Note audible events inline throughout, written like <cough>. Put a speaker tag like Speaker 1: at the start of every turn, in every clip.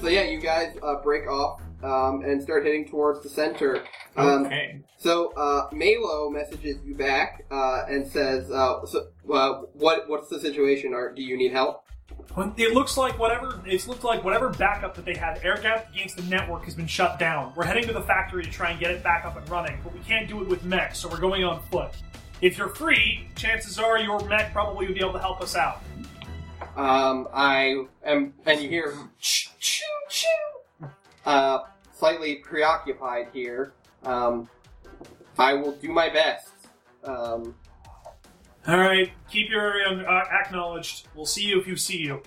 Speaker 1: So yeah, you guys uh, break off um, and start heading towards the center. Um,
Speaker 2: okay.
Speaker 1: So uh, Malo messages you back uh, and says, uh, so, uh, "What what's the situation? Are, do you need help?"
Speaker 2: Well, It looks like whatever it's looked like whatever backup that they had, air gap against the network has been shut down. We're heading to the factory to try and get it back up and running, but we can't do it with mech, so we're going on foot. If you're free, chances are your mech probably would be able to help us out.
Speaker 1: Um, I am, and you hear "Choo, choo, choo." uh, slightly preoccupied here. Um, I will do my best. Um,
Speaker 2: All right, keep your um, uh, acknowledged. We'll see you if you see you.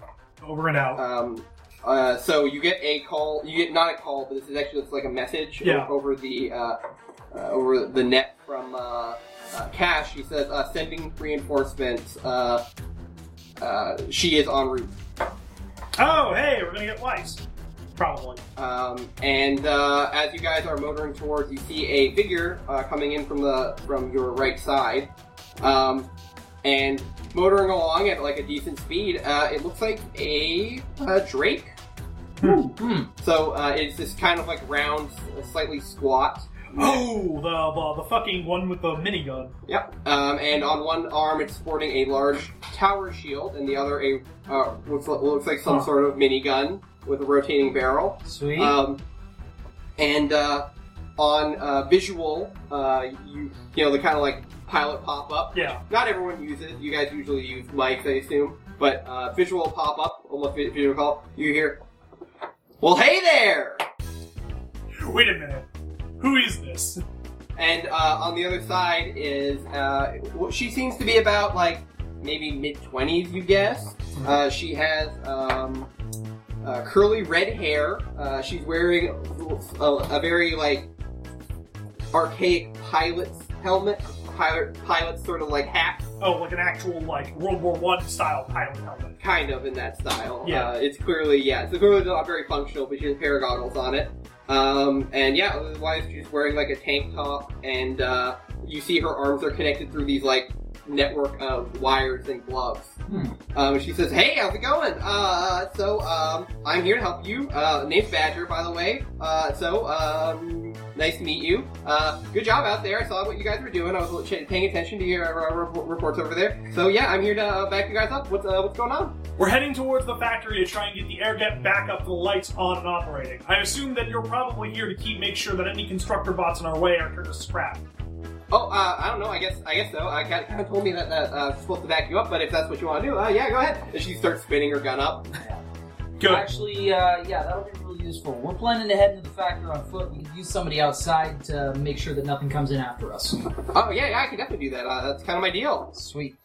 Speaker 2: Over and out.
Speaker 1: um, uh, so you get a call. You get not a call, but this is actually it's like a message o-
Speaker 2: Yeah.
Speaker 1: over the uh, uh, over the net from uh, uh, Cash. He says uh, sending reinforcements. Uh, uh, she is en route.
Speaker 2: Oh, hey, we're gonna get Weiss. Probably.
Speaker 1: Um, and uh, as you guys are motoring towards, you see a figure uh, coming in from the from your right side, um, and motoring along at like a decent speed. Uh, it looks like a, uh drake. So uh, it's this kind of like round, slightly squat. Um,
Speaker 2: Oh, the, the the fucking one with the minigun.
Speaker 1: Yep. Um, and on one arm, it's sporting a large tower shield, and the other a uh, looks, looks like some
Speaker 2: Huh.
Speaker 1: sort of minigun with a rotating barrel.
Speaker 3: Sweet.
Speaker 1: Um, and uh, on uh, visual, uh, you you know the kind of like pilot pop up.
Speaker 2: Yeah.
Speaker 1: Not everyone uses. You guys usually use mics, I assume. But uh, visual pop up, almost vi- video call. You hear, "Well, hey there!"
Speaker 2: Wait a minute. Who is this?
Speaker 1: And uh, on the other side is uh, well, she seems to be about like maybe mid twenties, you guess. Uh, she has um, uh, curly red hair. Uh, she's wearing a, a very like archaic pilot's helmet, pilot pilot's sort of like hat,
Speaker 2: Oh, like an actual like World War One style pilot helmet.
Speaker 1: kind of in that style.
Speaker 2: Yeah.
Speaker 1: Uh, it's clearly yeah, it's clearly not very functional, but she has pair of goggles on it. Um, and yeah, otherwise she's wearing like a tank top, and uh, you see her arms are connected through these like network of wires and gloves. Um, and she says, "Hey, how's it going? Uh, so um, I'm here to help you. Uh, name's Badger, by the way. Uh, so um, nice to meet you. Uh, good job out there. I saw what you guys were doing. I was ch- paying attention to your uh, re- reports over there. So yeah, I'm here to uh, back you guys up. What's uh, what's going on?"
Speaker 2: We're heading towards the factory to try and get the air gap back up to the lights on and operating. I assume that you're probably here to keep make sure that any constructor bots in our way are turned to scrap.
Speaker 1: Oh, uh, I don't know. I guess I guess so. I kind of told me that that uh, I'm supposed to back you up, but if that's what you want to do, uh, yeah, go ahead. And she starts spinning her gun up.
Speaker 2: Good.
Speaker 3: Actually, uh, yeah, that'll be really useful. We're planning to head into the factory on foot. We could use somebody outside to make sure that nothing comes in after us.
Speaker 1: Oh yeah, yeah, I can definitely do that. Uh, that's kind of my deal.
Speaker 3: Sweet.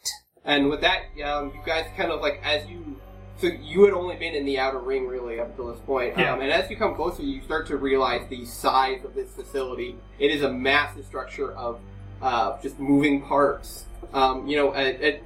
Speaker 1: And with that, um, you guys kind of like as you so you had only been in the outer ring really up until this point.
Speaker 2: Yeah.
Speaker 1: Um, and as you come closer, you start to realize the size of this facility. It is a massive structure of uh, just moving parts. Um, you know, it, it,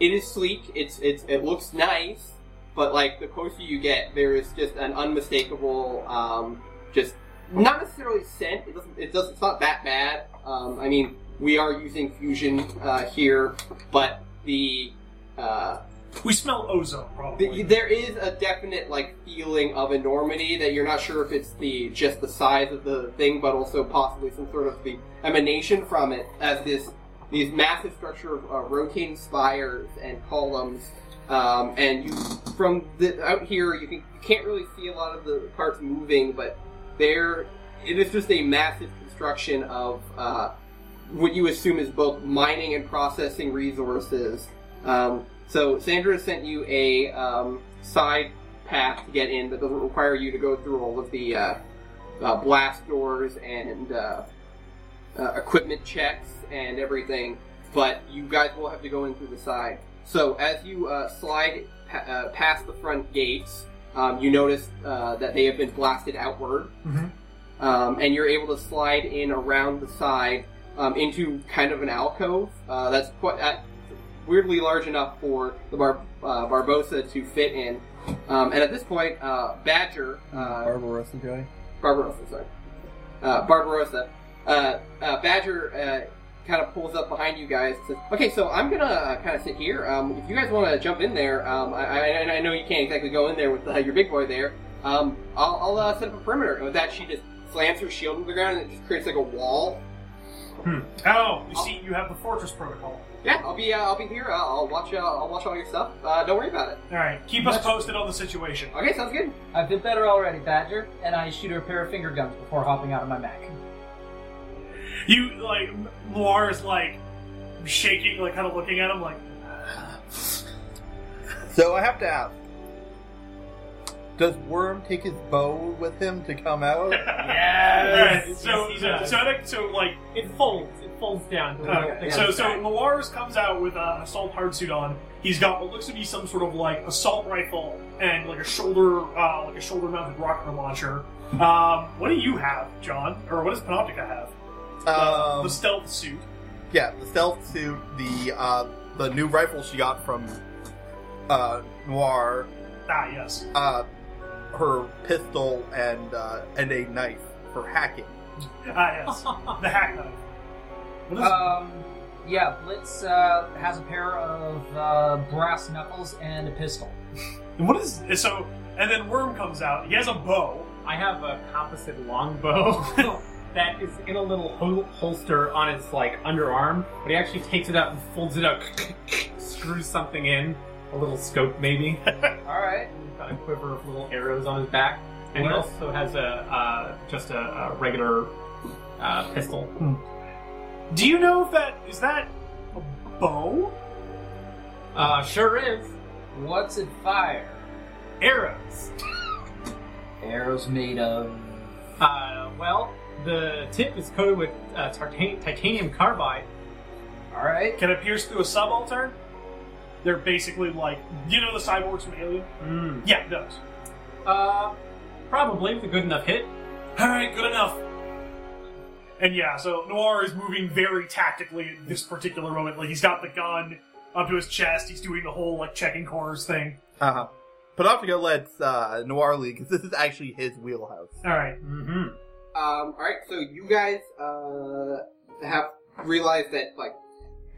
Speaker 1: it is sleek. It's it's it looks nice, but like the closer you get, there is just an unmistakable um, just not necessarily scent. It doesn't. It doesn't. It's not that bad. Um, I mean, we are using fusion uh, here, but the, uh,
Speaker 2: We smell ozone
Speaker 1: the
Speaker 2: probably.
Speaker 1: there is a definite like feeling of enormity that you're not sure if it's the just the size of the thing, but also possibly some sort of the emanation from it as this these massive structure of uh, rotating spires and columns. Um, and you, from the, out here, you, can, you can't really see a lot of the parts moving, but there, it is just a massive construction of uh, what you assume is both mining and processing resources. Um, so Sandra sent you a um, side path to get in that doesn't require you to go through all of the uh, uh, blast doors and uh, uh, equipment checks and everything, but you guys will have to go in through the side. So as you uh, slide pa- uh, past the front gates, um, you notice uh, that they have been blasted outward
Speaker 2: Mhm.
Speaker 1: um, and you're able to slide in around the side um, into kind of an alcove uh, that's quite uh, weirdly large enough for the Bar- uh, Barbosa to fit in. Um, and at this point, uh, Badger, uh,
Speaker 4: Barbarossa Joy.
Speaker 1: Barbarossa, sorry, uh, Barbarossa, uh, uh, Badger uh, kind of pulls up behind you guys. And says, "Okay, so I'm gonna uh, kind of sit here. Um, if you guys want to jump in there, um, I, I, I know you can't exactly go in there with uh, your big boy there." Um, I'll, I'll uh, set up a perimeter. And with that, she just slams her shield into the ground and it just creates like a wall.
Speaker 2: Hmm. Oh, you see, you have the fortress protocol.
Speaker 1: Yeah, I'll be uh, I'll be here. Uh, I'll watch uh, I'll watch all your stuff. Uh, don't worry about it.
Speaker 2: All right, keep us
Speaker 3: That's-
Speaker 2: posted on the situation.
Speaker 1: Okay, sounds good.
Speaker 3: I feel better already, Badger, and I shoot her a pair of finger guns before hopping out of my Mac.
Speaker 2: You like Loire is like shaking, like kind of looking at him, like <laughs>
Speaker 4: So I have to ask. Does Worm take his bow with him to come out?
Speaker 2: Alright,
Speaker 5: Yes.
Speaker 2: so, so, so, I think- so, like,
Speaker 5: it folds. It folds down. To
Speaker 2: uh,
Speaker 5: okay.
Speaker 2: so, so Lawars comes out with uh, an assault hard suit on. He's got what looks to be some sort of like assault rifle and like a shoulder, uh, like a shoulder mounted rocket launcher. Um, what do you have, John? Or what does Panoptica have?
Speaker 4: Um,
Speaker 2: the stealth suit.
Speaker 4: yeah, the stealth suit, the uh, the new rifle she got from uh, Noir,
Speaker 2: Ah, yes.
Speaker 4: uh, her pistol, and uh, and a knife for hacking.
Speaker 2: Ah,
Speaker 5: <laughs>
Speaker 2: yes. the hack knife. What is
Speaker 3: Um, yeah, Blitz uh, has a pair of uh, brass knuckles and a pistol.
Speaker 2: And <laughs> What is so? And then Worm comes out. He has a bow.
Speaker 5: I have a composite
Speaker 2: <laughs>
Speaker 5: longbow that is in a little hol- holster on its like underarm, but he actually takes it out and folds it up, <laughs> screws something in, a little scope maybe. <laughs>
Speaker 3: All right.
Speaker 5: He's got a quiver of little arrows on his back, and
Speaker 2: What?
Speaker 5: he also has a uh, just a, a regular uh, pistol.
Speaker 2: Do you know if that is that a bow?
Speaker 5: Uh, sure is
Speaker 3: What's it fire?
Speaker 5: arrows.
Speaker 3: Arrows made of.
Speaker 5: Uh, well, the tip is coated with uh, tartan- titanium carbide.
Speaker 3: All right.
Speaker 2: Can it pierce through a subaltern? They're basically like you know the cyborgs from Alien.
Speaker 5: Mm.
Speaker 2: Yeah, those.
Speaker 5: Uh, probably with a good enough hit.
Speaker 2: All right, good enough. And yeah, so Noir is moving very tactically at this particular moment. Like he's got the gun up to his chest. He's doing the whole like checking corners thing.
Speaker 4: Uh huh. Panoptica lets uh, Noir lead because this is actually his wheelhouse.
Speaker 2: All right.
Speaker 5: Mm-hmm.
Speaker 1: Um, all right, so you guys uh, have realized that, like,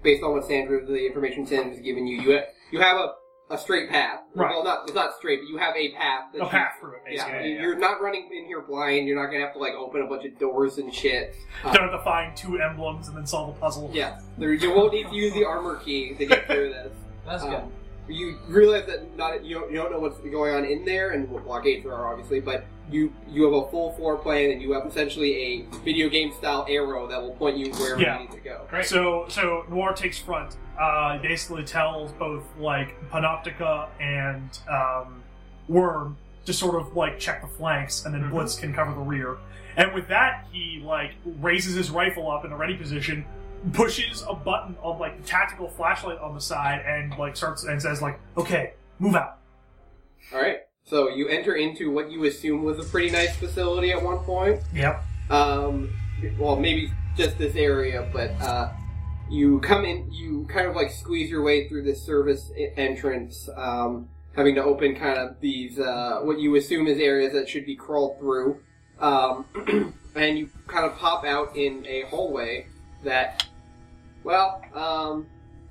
Speaker 1: based on what Sandra, the information Tim has given you, you have, you have a, a straight path.
Speaker 2: Right.
Speaker 1: Well, not it's not straight, but you have a path. That
Speaker 2: A
Speaker 1: you-
Speaker 2: path through it,
Speaker 1: Yeah,
Speaker 2: basically.
Speaker 1: you-
Speaker 2: yeah.
Speaker 1: you're not running in here blind. You're not gonna have to like open a bunch of doors and shit.
Speaker 2: Don't have to find two emblems and then solve a puzzle.
Speaker 1: Yeah, there, you won't need to use the armor key to get through this.
Speaker 3: That's
Speaker 1: Uh,
Speaker 3: good.
Speaker 1: You realize that not you don't, you don't know what's going on in there and what blockades there are, obviously, but you you have a full floor plan and you have essentially a video game style arrow that will point you wherever
Speaker 2: Yeah.
Speaker 1: you need to go.
Speaker 5: Great.
Speaker 2: So, so Noir takes front. Uh, he basically tells both like Panoptica and um, Worm to sort of like check the flanks, and then
Speaker 5: Mhm.
Speaker 2: Blitz can cover the rear. And with that, he like raises his rifle up in a ready position, pushes a button of like the tactical flashlight on the side, and like starts and says like, "Okay, move out."
Speaker 1: All right. So you enter into what you assume was a pretty nice facility at one point.
Speaker 2: Yep.
Speaker 1: Um, well, maybe just this area, but uh, you come in, you kind of like squeeze your way through this service e- entrance, um, having to open kind of these uh, what you assume is areas that should be crawled through, um, <clears throat> and you kind of pop out in a hallway that, well, um,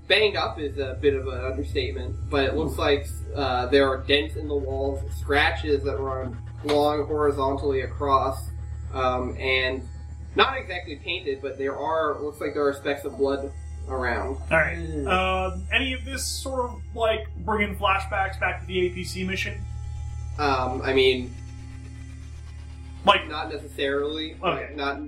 Speaker 1: banged up is a bit of an understatement, but it looks like uh, there are dents in the walls, scratches that run long horizontally across, um, and not exactly painted, but there are looks like there are specks of blood around.
Speaker 2: All right. Um, any of this sort of like bringing flashbacks back to the APC mission?
Speaker 1: Um, I mean,
Speaker 2: Like,
Speaker 1: not necessarily. like,
Speaker 2: Okay.
Speaker 1: Not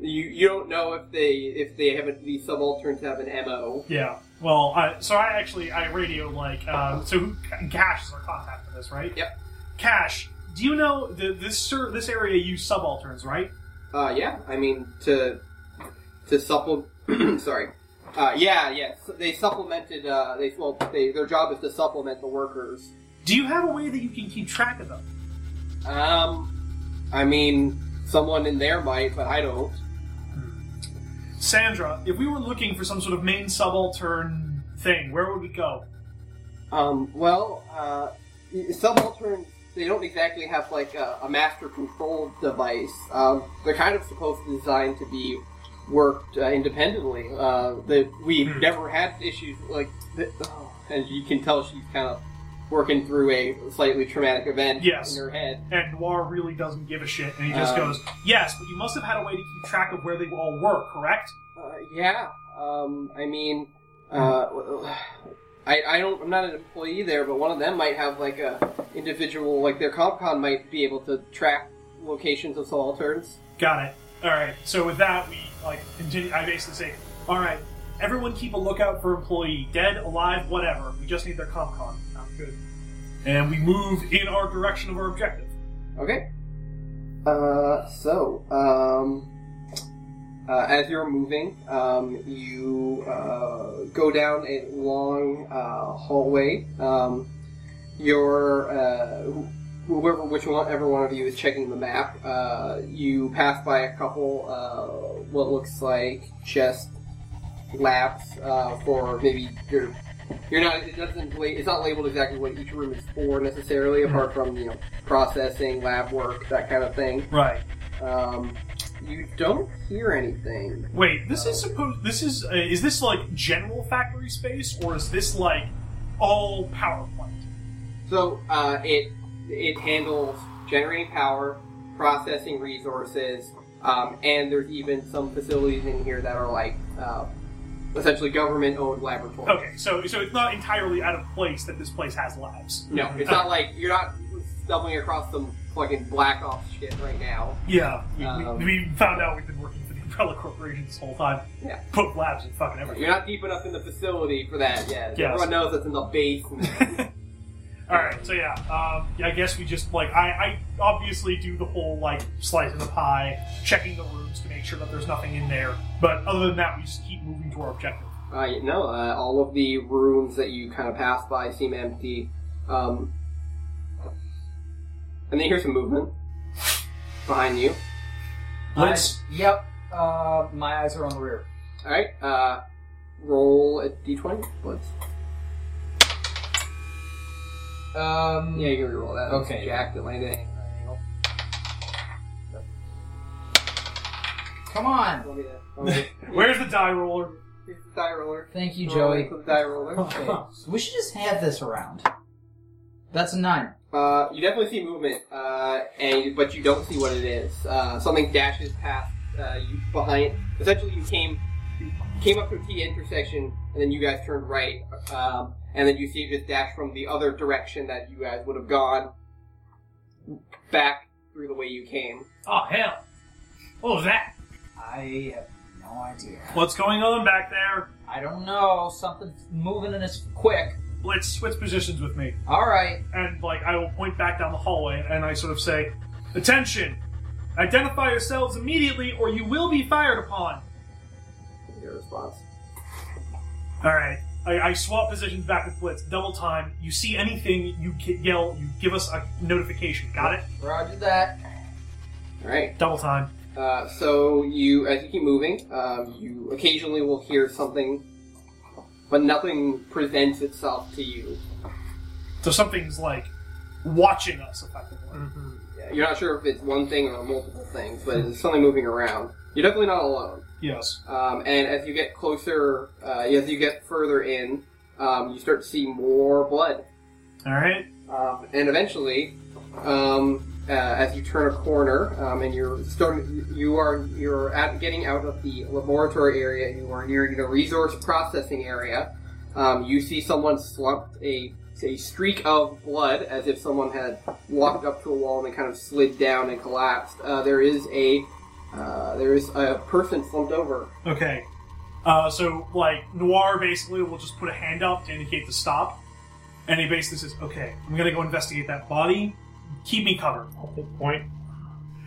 Speaker 1: you. You don't know if they if they have a, the subalterns have an mo.
Speaker 2: Yeah. Well, I, so I actually I radio like uh, so who, Cash is our contact for this, right?
Speaker 1: Yep.
Speaker 2: Cash, do you know the, this sir, this area use subalterns, right?
Speaker 1: Uh, yeah. I mean to to supplement. <clears throat> sorry. Uh, yeah. Yes. they supplemented. Uh, they well. They, their job is to supplement the workers.
Speaker 2: Do you have a way that you can keep track of them?
Speaker 1: Um, I mean, someone in there might, but I don't.
Speaker 2: Sandra, if we were looking for some sort of main subaltern thing, where would we go?
Speaker 1: Um, well, uh, subalterns, they don't exactly have like a, a master control device. Um, they're kind of supposed to design to be worked uh, independently. Uh, that we've never had issues like, th- oh, as you can tell, she's kind of working through a slightly traumatic event
Speaker 2: Yes.
Speaker 1: in her head.
Speaker 2: And Noir really doesn't give a shit, and he just
Speaker 1: Um,
Speaker 2: goes, "Yes, but you must have had a way to keep track of where they all were, correct?"
Speaker 1: Uh, yeah. Um, I mean, uh, <sighs> I, I don't. I'm not an employee there, but one of them might have like a individual, like their comp con might be able to track locations of subalterns.
Speaker 2: Got it. All right. So with that, we like continue. I basically say, "All right, everyone, keep a lookout for employee, dead, alive, whatever. We just need their comp con." I'm good. And we move in our direction of our objective.
Speaker 1: Okay. Uh, so, um, uh, as you're moving, um, you uh, go down a long uh, hallway. Um, your uh, wh- whoever, which one, every one of you is checking the map. Uh, you pass by a couple uh, what looks like chest labs uh, for maybe your. You're not. It doesn't. la- It's not labeled exactly what each room is for necessarily, apart from you know processing, lab work, that kind of thing.
Speaker 2: Right.
Speaker 1: Um, you don't hear anything.
Speaker 2: Wait, this is supposed. This is uh, is this like general factory space, or is this like all power plant?
Speaker 1: So uh, it it handles generating power, processing resources, um, and there's even some facilities in here that are like uh, essentially government-owned laboratories.
Speaker 2: Okay, so so it's not entirely out of place that this place has labs.
Speaker 1: No, it's not like you're not stumbling across some fucking black ops shit right now.
Speaker 2: Yeah, we,
Speaker 1: Um,
Speaker 2: we, we found out we've been working for the Umbrella Corporation this whole time.
Speaker 1: Yeah.
Speaker 2: Put labs and fucking everything.
Speaker 1: You're not deep enough in the facility for that yet.
Speaker 2: Yes.
Speaker 1: Everyone knows that's in the basement.
Speaker 2: All right, so yeah, um, I guess we just like I, I obviously do the whole like slice of the pie, checking the rooms to make sure that there's nothing in there. But other than that, we just keep moving to our objective.
Speaker 1: Uh, no, uh, all of the rooms that you kind of pass by seem empty. Um, and then you hear some movement behind you.
Speaker 2: Blitz.
Speaker 3: I- yep. Uh, my eyes are on the rear.
Speaker 1: Alright, uh, roll a d20. Blitz.
Speaker 3: Um,
Speaker 1: Yeah, you can reroll that.
Speaker 3: Okay.
Speaker 1: Jack that landed at an angle.
Speaker 3: Come on.
Speaker 1: Roll me that. Roll
Speaker 3: <laughs>
Speaker 1: me-
Speaker 2: Where's the die roller?
Speaker 1: Here's the die roller.
Speaker 3: Thank you,
Speaker 1: Roll
Speaker 3: Joey.
Speaker 1: for the die roller.
Speaker 3: <laughs> Okay. We should just have this around. That's a nine.
Speaker 1: Uh, you definitely see movement, uh, and but you don't see what it is. Uh, something dashes past uh, you behind. Essentially, you came you came up to a T intersection, and then you guys turned right, um, and then you see it just dash from the other direction that you guys would have gone back through the way you came.
Speaker 5: Oh hell! What was that? <laughs>
Speaker 3: I have no idea.
Speaker 2: What's going on back there?
Speaker 3: I don't know. Something's moving and it's quick.
Speaker 2: Blitz, switch positions with me,
Speaker 3: All right.
Speaker 2: and like I will point back down the hallway, and I sort of say, "Attention! Identify yourselves immediately, or you will be fired upon."
Speaker 1: Your response.
Speaker 2: All right. I, I swap positions back with Blitz. Double time. You see anything, you ki- yell. You give us a notification. Got it?
Speaker 3: Roger that.
Speaker 1: All right.
Speaker 2: Double time.
Speaker 1: Uh, so you, as you keep moving, um, you occasionally will hear something, but nothing presents itself to you.
Speaker 2: So something's like watching us effectively.
Speaker 1: Yeah, You're not sure if it's one thing or multiple things, but it's something moving around. You're definitely not alone.
Speaker 2: Yes.
Speaker 1: Um, and as you get closer, uh, as you get further in, um, you start to see more blood.
Speaker 2: All right.
Speaker 1: Um, and eventually, um, uh, as you turn a corner um, and you're starting, you are you're at, getting out of the laboratory area. and You are nearing the resource processing area. Um, you see someone slumped a a streak of blood as if someone had walked up to a wall and then kind of slid down and collapsed. Uh, there is a uh, there is a person slumped over.
Speaker 2: Okay. Uh, so like Noir basically will just put a hand up to indicate to stop, and he basically says, "Okay, I'm gonna go investigate that body. Keep me covered."
Speaker 5: I'll take point.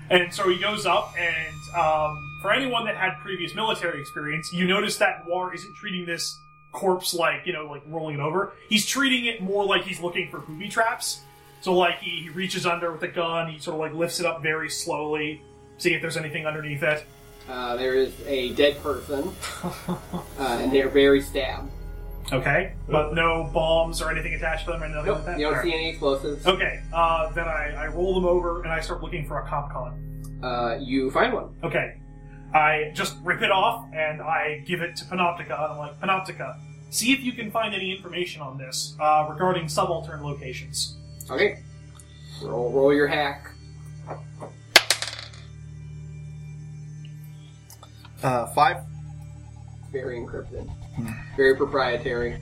Speaker 2: And so he goes up, and um, for anyone that had previous military experience, you notice that Noir isn't treating this corpse like, you know, like rolling it over. He's treating it more like he's looking for booby traps. So, like, he, he reaches under with a gun, he sort of like lifts it up very slowly, see if there's anything underneath it.
Speaker 1: Uh, there is a dead person, uh, and they're very stabbed.
Speaker 2: Okay. But no bombs or anything attached to them or nothing
Speaker 1: Nope,
Speaker 2: like that?
Speaker 1: you don't
Speaker 2: Alright.
Speaker 1: see any explosives.
Speaker 2: Okay, uh, then I, I roll them over and I start looking for a comp con.
Speaker 1: Uh, you find one.
Speaker 2: Okay. I just rip it off and I give it to Panoptica. And I'm like, Panoptica, See if you can find any information on this uh, regarding subaltern locations.
Speaker 1: Okay. Roll, roll your hack.
Speaker 4: Uh, five.
Speaker 1: Very encrypted. Very proprietary.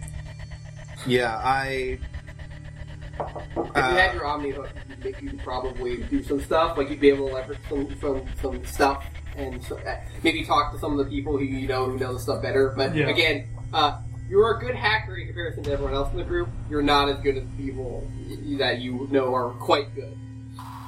Speaker 1: If
Speaker 4: Yeah,
Speaker 1: you
Speaker 4: I.
Speaker 1: had
Speaker 4: Uh,
Speaker 1: your Omni hook, you'd make- you'd probably do some stuff. Like you'd be able to leverage some some, some stuff and so, uh, maybe talk to some of the people who you know who know the stuff better. But
Speaker 2: Yeah.
Speaker 1: again, uh, you're a good hacker in comparison to everyone else in the group. You're not as good as people y- that you know are quite good.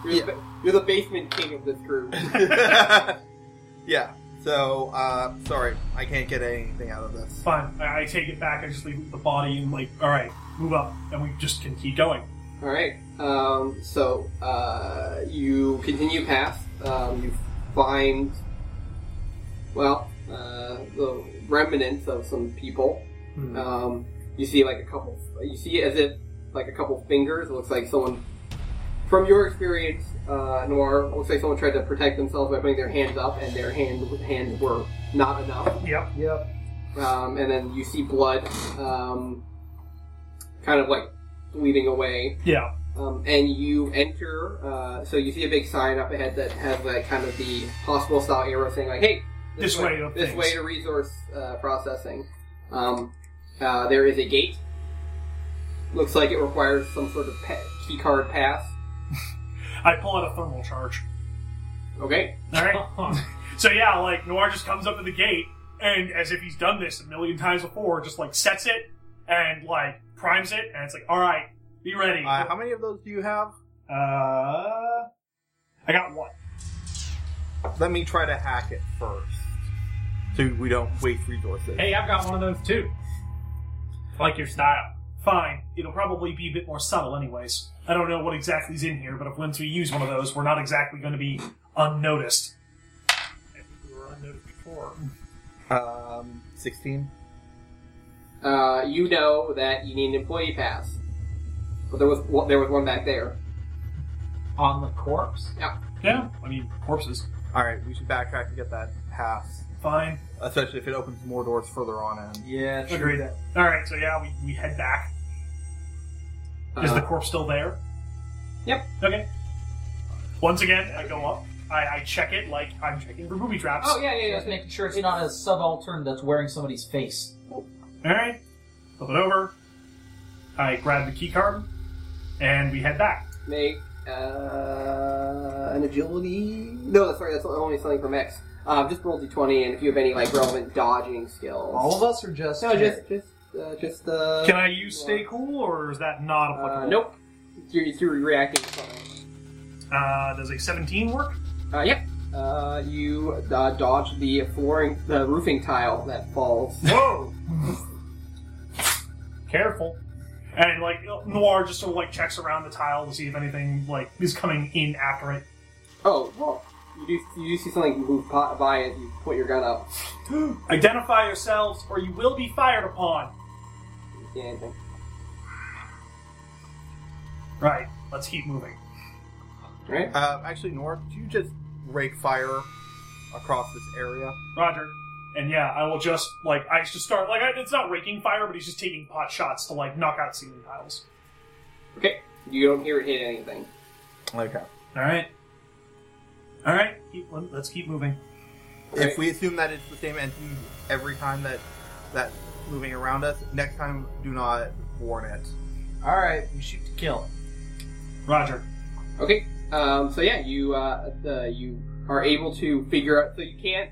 Speaker 1: You're, the, ba- you're the basement king of this group.
Speaker 4: <laughs> yeah. So, uh, sorry, I can't get anything out of this.
Speaker 2: Fine, I, I take it back. I just leave the body and like, all right, move up, and we just can keep going.
Speaker 1: All right. Um, so uh, you continue past. Um, you find, well, uh, the remnants of some people.
Speaker 5: Hmm.
Speaker 1: Um, you see like a couple. You see as if like a couple fingers. It looks like someone. From your experience, uh, Noir, it looks like someone tried to protect themselves by putting their hands up, and their hand hand were not enough
Speaker 2: Yep.
Speaker 3: Yep.
Speaker 1: um, and then you see blood um, kind of like bleeding away
Speaker 2: Yeah.
Speaker 1: um, and you enter uh, so you see a big sign up ahead that has like kind of the hospital style arrow saying like hey
Speaker 2: This way of
Speaker 1: this
Speaker 2: things."
Speaker 1: way to resource uh, processing um, uh, there is a gate looks like it requires some sort of pa- key card pass
Speaker 2: I pull out a thermal charge.
Speaker 1: okay
Speaker 2: All right. So yeah, like Noir just comes up to the gate and as if he's done this a million times before, just like sets it and like primes it and it's like, all right, be ready.
Speaker 4: Uh, how many of those do you have?
Speaker 2: Uh, I got one.
Speaker 4: Let me try to hack it first, so we don't waste resources.
Speaker 5: Hey, I've got one of those too. Like your style.
Speaker 2: Fine. It'll probably be a bit more subtle, anyways. I don't know what exactly is in here, but if once we use one of those, we're not exactly going to be unnoticed. We were unnoticed before.
Speaker 4: Um, sixteen.
Speaker 1: uh, you know that you need an employee pass but there was one, there was one back there
Speaker 3: On the corpse.
Speaker 2: Yeah, I mean corpses.
Speaker 4: All right, we should backtrack and get that pass,
Speaker 2: Fine.
Speaker 4: especially if it opens more doors further on in.
Speaker 3: Yeah. true
Speaker 2: Agreed.
Speaker 3: that.
Speaker 2: All right. So yeah, we, we head back.
Speaker 1: Uh,
Speaker 2: Is the corpse still there?
Speaker 1: Yep.
Speaker 2: Okay. Once again, I go up. I, I check it like I'm checking for booby traps.
Speaker 1: oh yeah yeah yeah
Speaker 3: Just making sure it's not a subaltern that's wearing somebody's face.
Speaker 2: All right. Flip it over. I grab the key card, and we head back.
Speaker 1: make uh, an agility. No, that's sorry, that's only something from X. Um, just roll d20, and if you have any like relevant dodging skills,
Speaker 3: All of us are just.
Speaker 1: no, just just uh, just uh,
Speaker 2: Can I use stay cool, or is that not
Speaker 1: uh,
Speaker 2: applicable?
Speaker 1: nope. You're, you're reacting. to something.
Speaker 2: Uh, does a
Speaker 1: <laughs>
Speaker 2: 17 work?
Speaker 1: Uh, yep. Uh, you uh, dodge the flooring, the roofing tile that falls. <laughs>
Speaker 2: Whoa!
Speaker 5: Careful.
Speaker 2: and like Noir just sort of like checks around the tile to see if anything like is coming in after it. <gasps>
Speaker 1: oh, well, you do you do see something move po- by as you put your gun up.
Speaker 2: Identify yourselves, or you will be fired upon.
Speaker 1: You see anything?
Speaker 2: Right. Let's keep moving.
Speaker 1: All right.
Speaker 4: Uh, actually, Nor, do you just rake fire across this area?
Speaker 2: Roger. And yeah, I will just like I just start like I, it's not raking fire, but he's just taking pot shots to like knock out ceiling tiles.
Speaker 1: Okay. You don't hear it hit anything.
Speaker 4: Okay.
Speaker 2: All right, all right. Keep, let, us keep moving.
Speaker 1: Right.
Speaker 4: If we assume that it's the same entity every time that that's moving around us, next time do not warn it.
Speaker 3: All right, we shoot to kill.
Speaker 2: Roger.
Speaker 1: Okay. Um, so yeah, you uh, uh, you are able to figure out. So you can't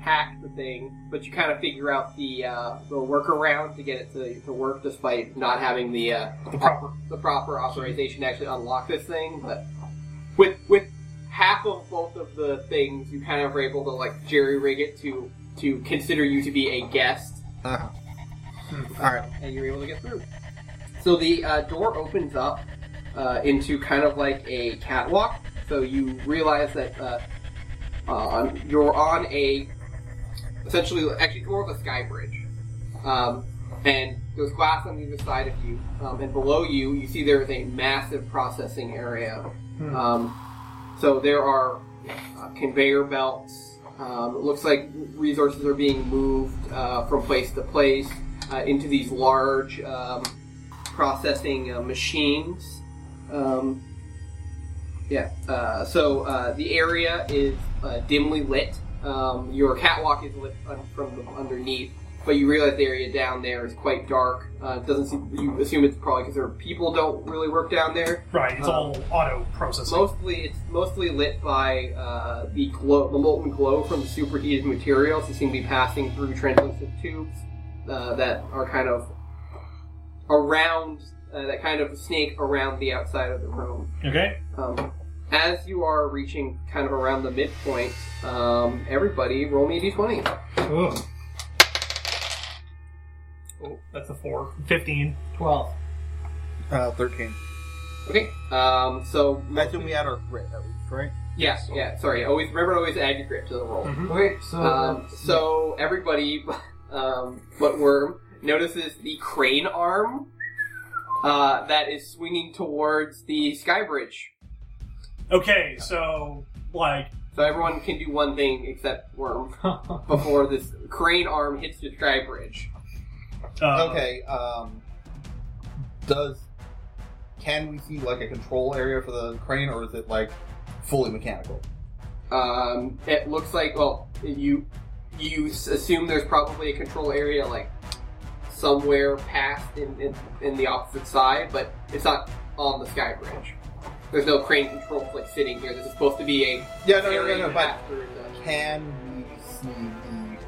Speaker 1: hack the thing, but you kind of figure out the uh, the workaround to get it to, to work, despite not having the uh,
Speaker 2: The proper.
Speaker 1: the proper authorization to actually unlock this thing. But with with half of both of the things, you kind of are able to like jerry rig it to to consider you to be a guest
Speaker 4: Uh-huh. All right.
Speaker 1: and you're able to get through. So the uh, door opens up uh, into kind of like a catwalk. So you realize that uh, uh, you're on a essentially actually more of a sky bridge, um, and there's glass on either side of you, um, and below you you see there is a massive processing area. Um, so there are uh, conveyor belts. Um, it looks like resources are being moved uh, from place to place. uh, into these large um, processing uh, machines. Um, yeah. Uh, so uh, the area is uh, dimly lit. Um, your catwalk is lit un- from the, underneath, but you realize the area down there is quite dark. Uh, it doesn't seem. You assume it's probably because there are people don't really work down there.
Speaker 2: Right, it's all auto processing.
Speaker 1: Mostly, it's mostly lit by uh, the glow, the molten glow from the superheated materials that seem to be passing through translucent tubes uh, that are kind of around uh, that kind of snake around the outside of the room.
Speaker 2: okay.
Speaker 1: Um, as you are reaching kind of around the midpoint, um, everybody roll me a d20.
Speaker 2: Ugh.
Speaker 5: Oh, that's a four.
Speaker 2: 15.
Speaker 3: Twelve.
Speaker 4: Uh, 13.
Speaker 1: Okay. Um, so,
Speaker 4: Imagine we had our grit at least, right?
Speaker 1: yeah, yeah, sorry. Always Remember to always add your grip to the roll.
Speaker 3: Okay, so
Speaker 1: Um, so, everybody <laughs> um, but Worm notices the crane arm uh, that is swinging towards the sky bridge.
Speaker 2: Okay, so, like,
Speaker 1: So, everyone can do one thing except Worm before this crane arm hits the sky bridge.
Speaker 2: uh,
Speaker 4: okay, um. Does. Can we see, like, a control area for the crane, or is it, like, fully mechanical?
Speaker 1: Um, it looks like well, you you s- assume there's probably a control area like somewhere past in, in in the opposite side, but it's not on the sky bridge. There's no crane controls like sitting here. This is supposed to be a
Speaker 4: Yeah, no, no,
Speaker 1: area
Speaker 4: no, no,
Speaker 1: you
Speaker 4: but
Speaker 1: pass through the-
Speaker 4: can we see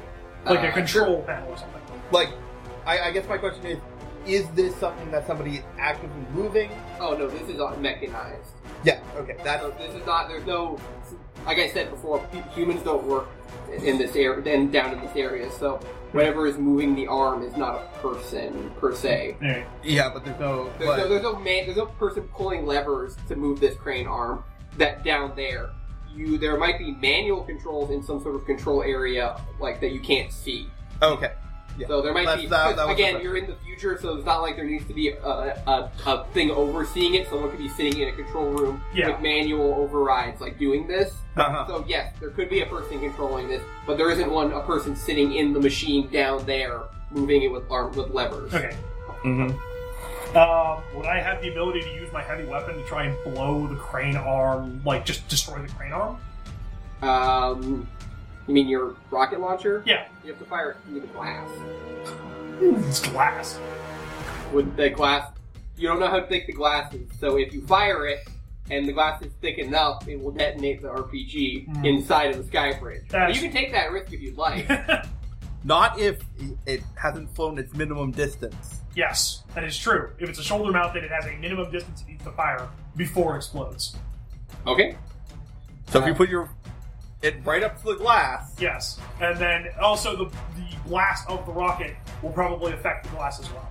Speaker 4: the
Speaker 2: like
Speaker 1: uh,
Speaker 2: a control panel or something.
Speaker 4: like I, I guess my question is is this something that somebody is actively moving
Speaker 1: Oh no, this is not mechanized.
Speaker 4: yeah okay that's
Speaker 1: So this is not. There's no. Like I said before, hu- humans don't work in this area and down in this area. So whatever is moving the arm is not a person per se.
Speaker 2: Alright.
Speaker 4: yeah but there's no
Speaker 1: There's, no, there's no man. There's no person pulling levers to move this crane arm. That down there, you there might be manual controls in some sort of control area like that you can't see.
Speaker 4: okay Yeah.
Speaker 1: So there might
Speaker 4: That's-
Speaker 1: be.
Speaker 4: that- that was
Speaker 1: again,
Speaker 4: the-
Speaker 1: you're in the future, so it's not like there needs to be a, a, a thing overseeing it. Someone could be sitting in a control room
Speaker 2: Yeah.
Speaker 1: with manual overrides, like doing this.
Speaker 4: uh-huh.
Speaker 1: So yes, there could be a person controlling this, but there isn't one a person sitting in the machine down there moving it with arm with levers.
Speaker 2: Okay.
Speaker 4: Mm-hmm.
Speaker 2: Um, would I have the ability to use my heavy weapon to try and blow the crane arm, like, just destroy the crane arm?
Speaker 1: Um, you mean your rocket launcher?
Speaker 2: Yeah.
Speaker 1: You have to fire it through the glass.
Speaker 2: It's glass.
Speaker 1: Would the glass? You don't know how thick the glass is, so if you fire it and the glass is thick enough, it will detonate the RPG
Speaker 2: Hmm.
Speaker 1: inside of the sky bridge.
Speaker 2: That's-
Speaker 1: You can take that risk if you'd
Speaker 2: <laughs>
Speaker 1: like.
Speaker 4: not if it hasn't flown its minimum distance
Speaker 2: Yes, that is true. If it's a shoulder mount, then it has a minimum distance it needs to fire before it explodes.
Speaker 1: okay.
Speaker 4: so if you put your it right up to the glass
Speaker 2: Yes. And then also the, the blast of the rocket will probably affect the glass as well.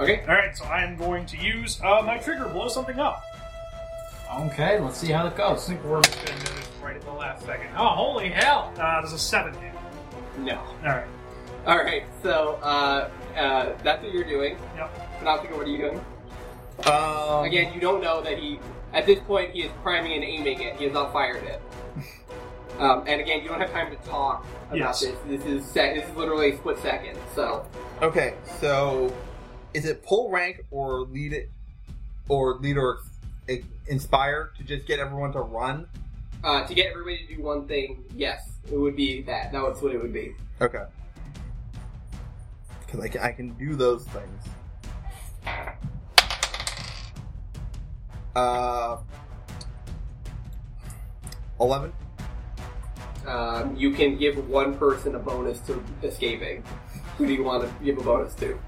Speaker 1: Okay.
Speaker 2: Alright, so I am going to use uh, my trigger, blow something up.
Speaker 3: okay, let's see how that
Speaker 5: I
Speaker 3: goes.
Speaker 5: think we're gonna notice right at the last second. Oh, holy hell! <laughs>
Speaker 2: Uh, there's a 7 hit.
Speaker 1: No.
Speaker 2: Alright.
Speaker 1: All right. So uh, uh, that's what you're doing.
Speaker 2: Yep.
Speaker 1: Panoptica, what are you doing?
Speaker 4: um,
Speaker 1: Again, you don't know that he. At this point, he is priming and aiming it. He has not fired
Speaker 2: <laughs>
Speaker 1: it. Um, and again, you don't have time to talk about
Speaker 2: Yes.
Speaker 1: this. This is sec- this is literally a split second. So
Speaker 4: okay so is it pull rank or lead it or lead or ex- inspire to just get everyone to run
Speaker 1: uh, to get everybody to do one thing, yes, it would be that. That's what it would be.
Speaker 4: okay because I, ca- I can do those things uh 11
Speaker 1: Um, you can give one person a bonus to escaping. Who do you want to give a bonus to?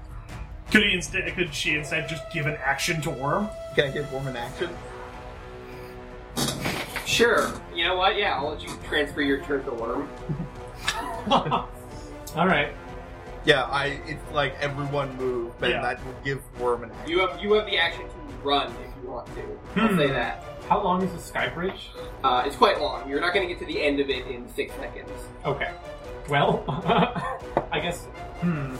Speaker 2: Could he instead? Could she instead just give an action to Worm?
Speaker 4: can I give Worm an action
Speaker 1: Sure. You know what? Yeah, I'll let you transfer your turn to Worm.
Speaker 5: All right.
Speaker 4: yeah I it's like everyone move but
Speaker 2: Yeah.
Speaker 4: that will give Worm an action
Speaker 1: You have you have the action to run if you want to. I'll
Speaker 2: Hmm.
Speaker 1: say that.
Speaker 5: How long is the sky bridge?
Speaker 1: Uh, it's quite long. You're not going to get to the end of it in six seconds.
Speaker 5: Okay. Well, <laughs> I guess. Hmm.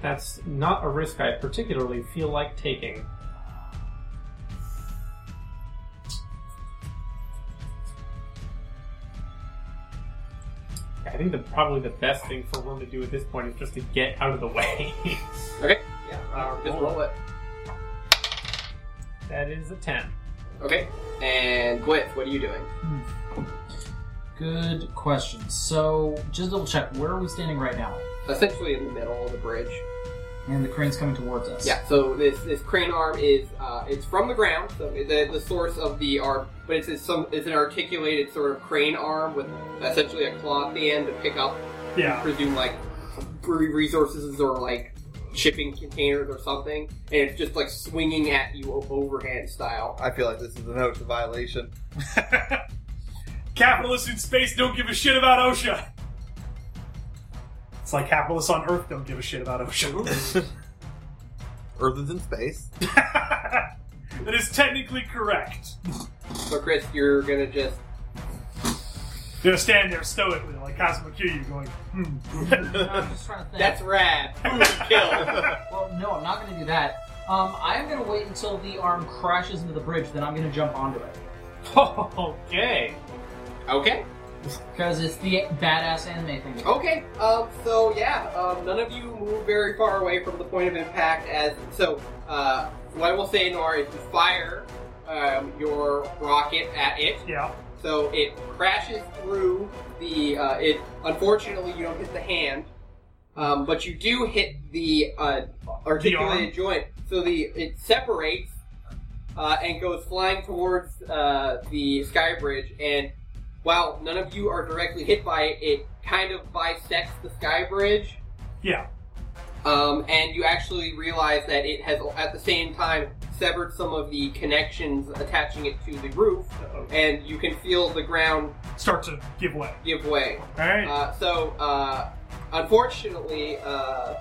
Speaker 5: That's not a risk I particularly feel like taking. I think the probably the best thing for Worm to do at this point is just to get out of the way. <laughs>
Speaker 1: Yeah,
Speaker 5: Uh,
Speaker 1: just
Speaker 5: roll.
Speaker 1: roll it.
Speaker 5: that is a ten. <laughs>
Speaker 1: Okay. And Gwyth, what are you doing?
Speaker 3: Good question. So, just double check. Where are we standing right now?
Speaker 1: Essentially in the middle of the bridge.
Speaker 3: And the crane's coming towards us.
Speaker 1: Yeah. So this this crane arm is uh, it's from the ground, so the, the source of the arm, but it's, it's some it's an articulated sort of crane arm with essentially a claw at the end to pick up, I
Speaker 2: Yeah. <laughs>
Speaker 1: presume like brewery resources or like shipping containers or something, and it's just like swinging at you o- overhand style.
Speaker 4: I feel like this is a notice of violation.
Speaker 2: capitalists in space don't give a shit about OSHA. It's like capitalists on Earth don't give a shit about
Speaker 4: <laughs>
Speaker 2: OSHA.
Speaker 4: <laughs> Earth is in space.
Speaker 2: <laughs> that is technically correct.
Speaker 1: So Chris, you're gonna just
Speaker 2: You're gonna stand there stoically like Cosmo Kiryu going, hmm.
Speaker 3: I was just trying to think.
Speaker 1: that's rad. Boom, kill.
Speaker 3: Well, no, I'm not going to do that. Um, I'm going to wait until the arm crashes into the bridge, then I'm going to jump onto it.
Speaker 5: okay.
Speaker 1: Okay.
Speaker 3: Because it's the badass anime thing.
Speaker 1: Okay, um, so yeah, um, none of you move very far away from the point of impact. As so, uh, what I will say, Nora, is you fire um, your rocket at it,
Speaker 2: <laughs> Yeah.
Speaker 1: so it crashes through the. Uh, it unfortunately you don't hit the hand, um, but you do hit the uh, articulated joint. So the it separates uh, and goes flying towards uh, the sky bridge. And while none of you are directly hit by it, it kind of bisects the sky bridge.
Speaker 2: Yeah.
Speaker 1: Um, and you actually realize that it has at the same time severed some of the connections attaching it to the roof
Speaker 2: Uh-oh.
Speaker 1: and you can feel the ground
Speaker 2: Start to give way.
Speaker 1: give way.
Speaker 2: Alright.
Speaker 1: Uh, so, uh, unfortunately, uh,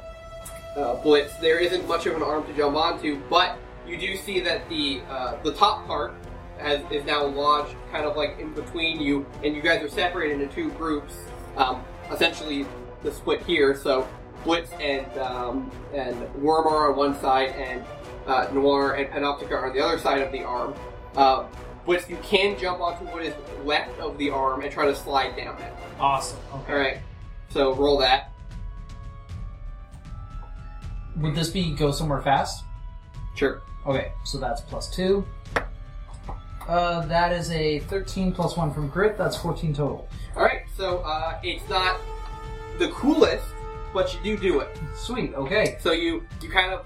Speaker 1: uh, Blitz, there isn't much of an arm to jump onto, but you do see that the uh, the top part has, is now lodged kind of like in between you, and you guys are separated into two groups. Um, essentially, the split here. So, Blitz and um, and Worm are on one side, and uh, Noir and Panoptica are on the other side of the arm. Uh, Blitz, you can jump onto what is left of the arm and try to slide down it.
Speaker 2: awesome. Okay.
Speaker 1: All right. So roll that.
Speaker 3: Would this be go somewhere fast?
Speaker 1: Sure.
Speaker 3: Okay, so that's plus two. Uh, that is a 13 plus one from Grit. That's 14 total.
Speaker 1: All right. So uh, it's not the coolest, but you do do it.
Speaker 3: Sweet. Okay.
Speaker 1: So you you kind of,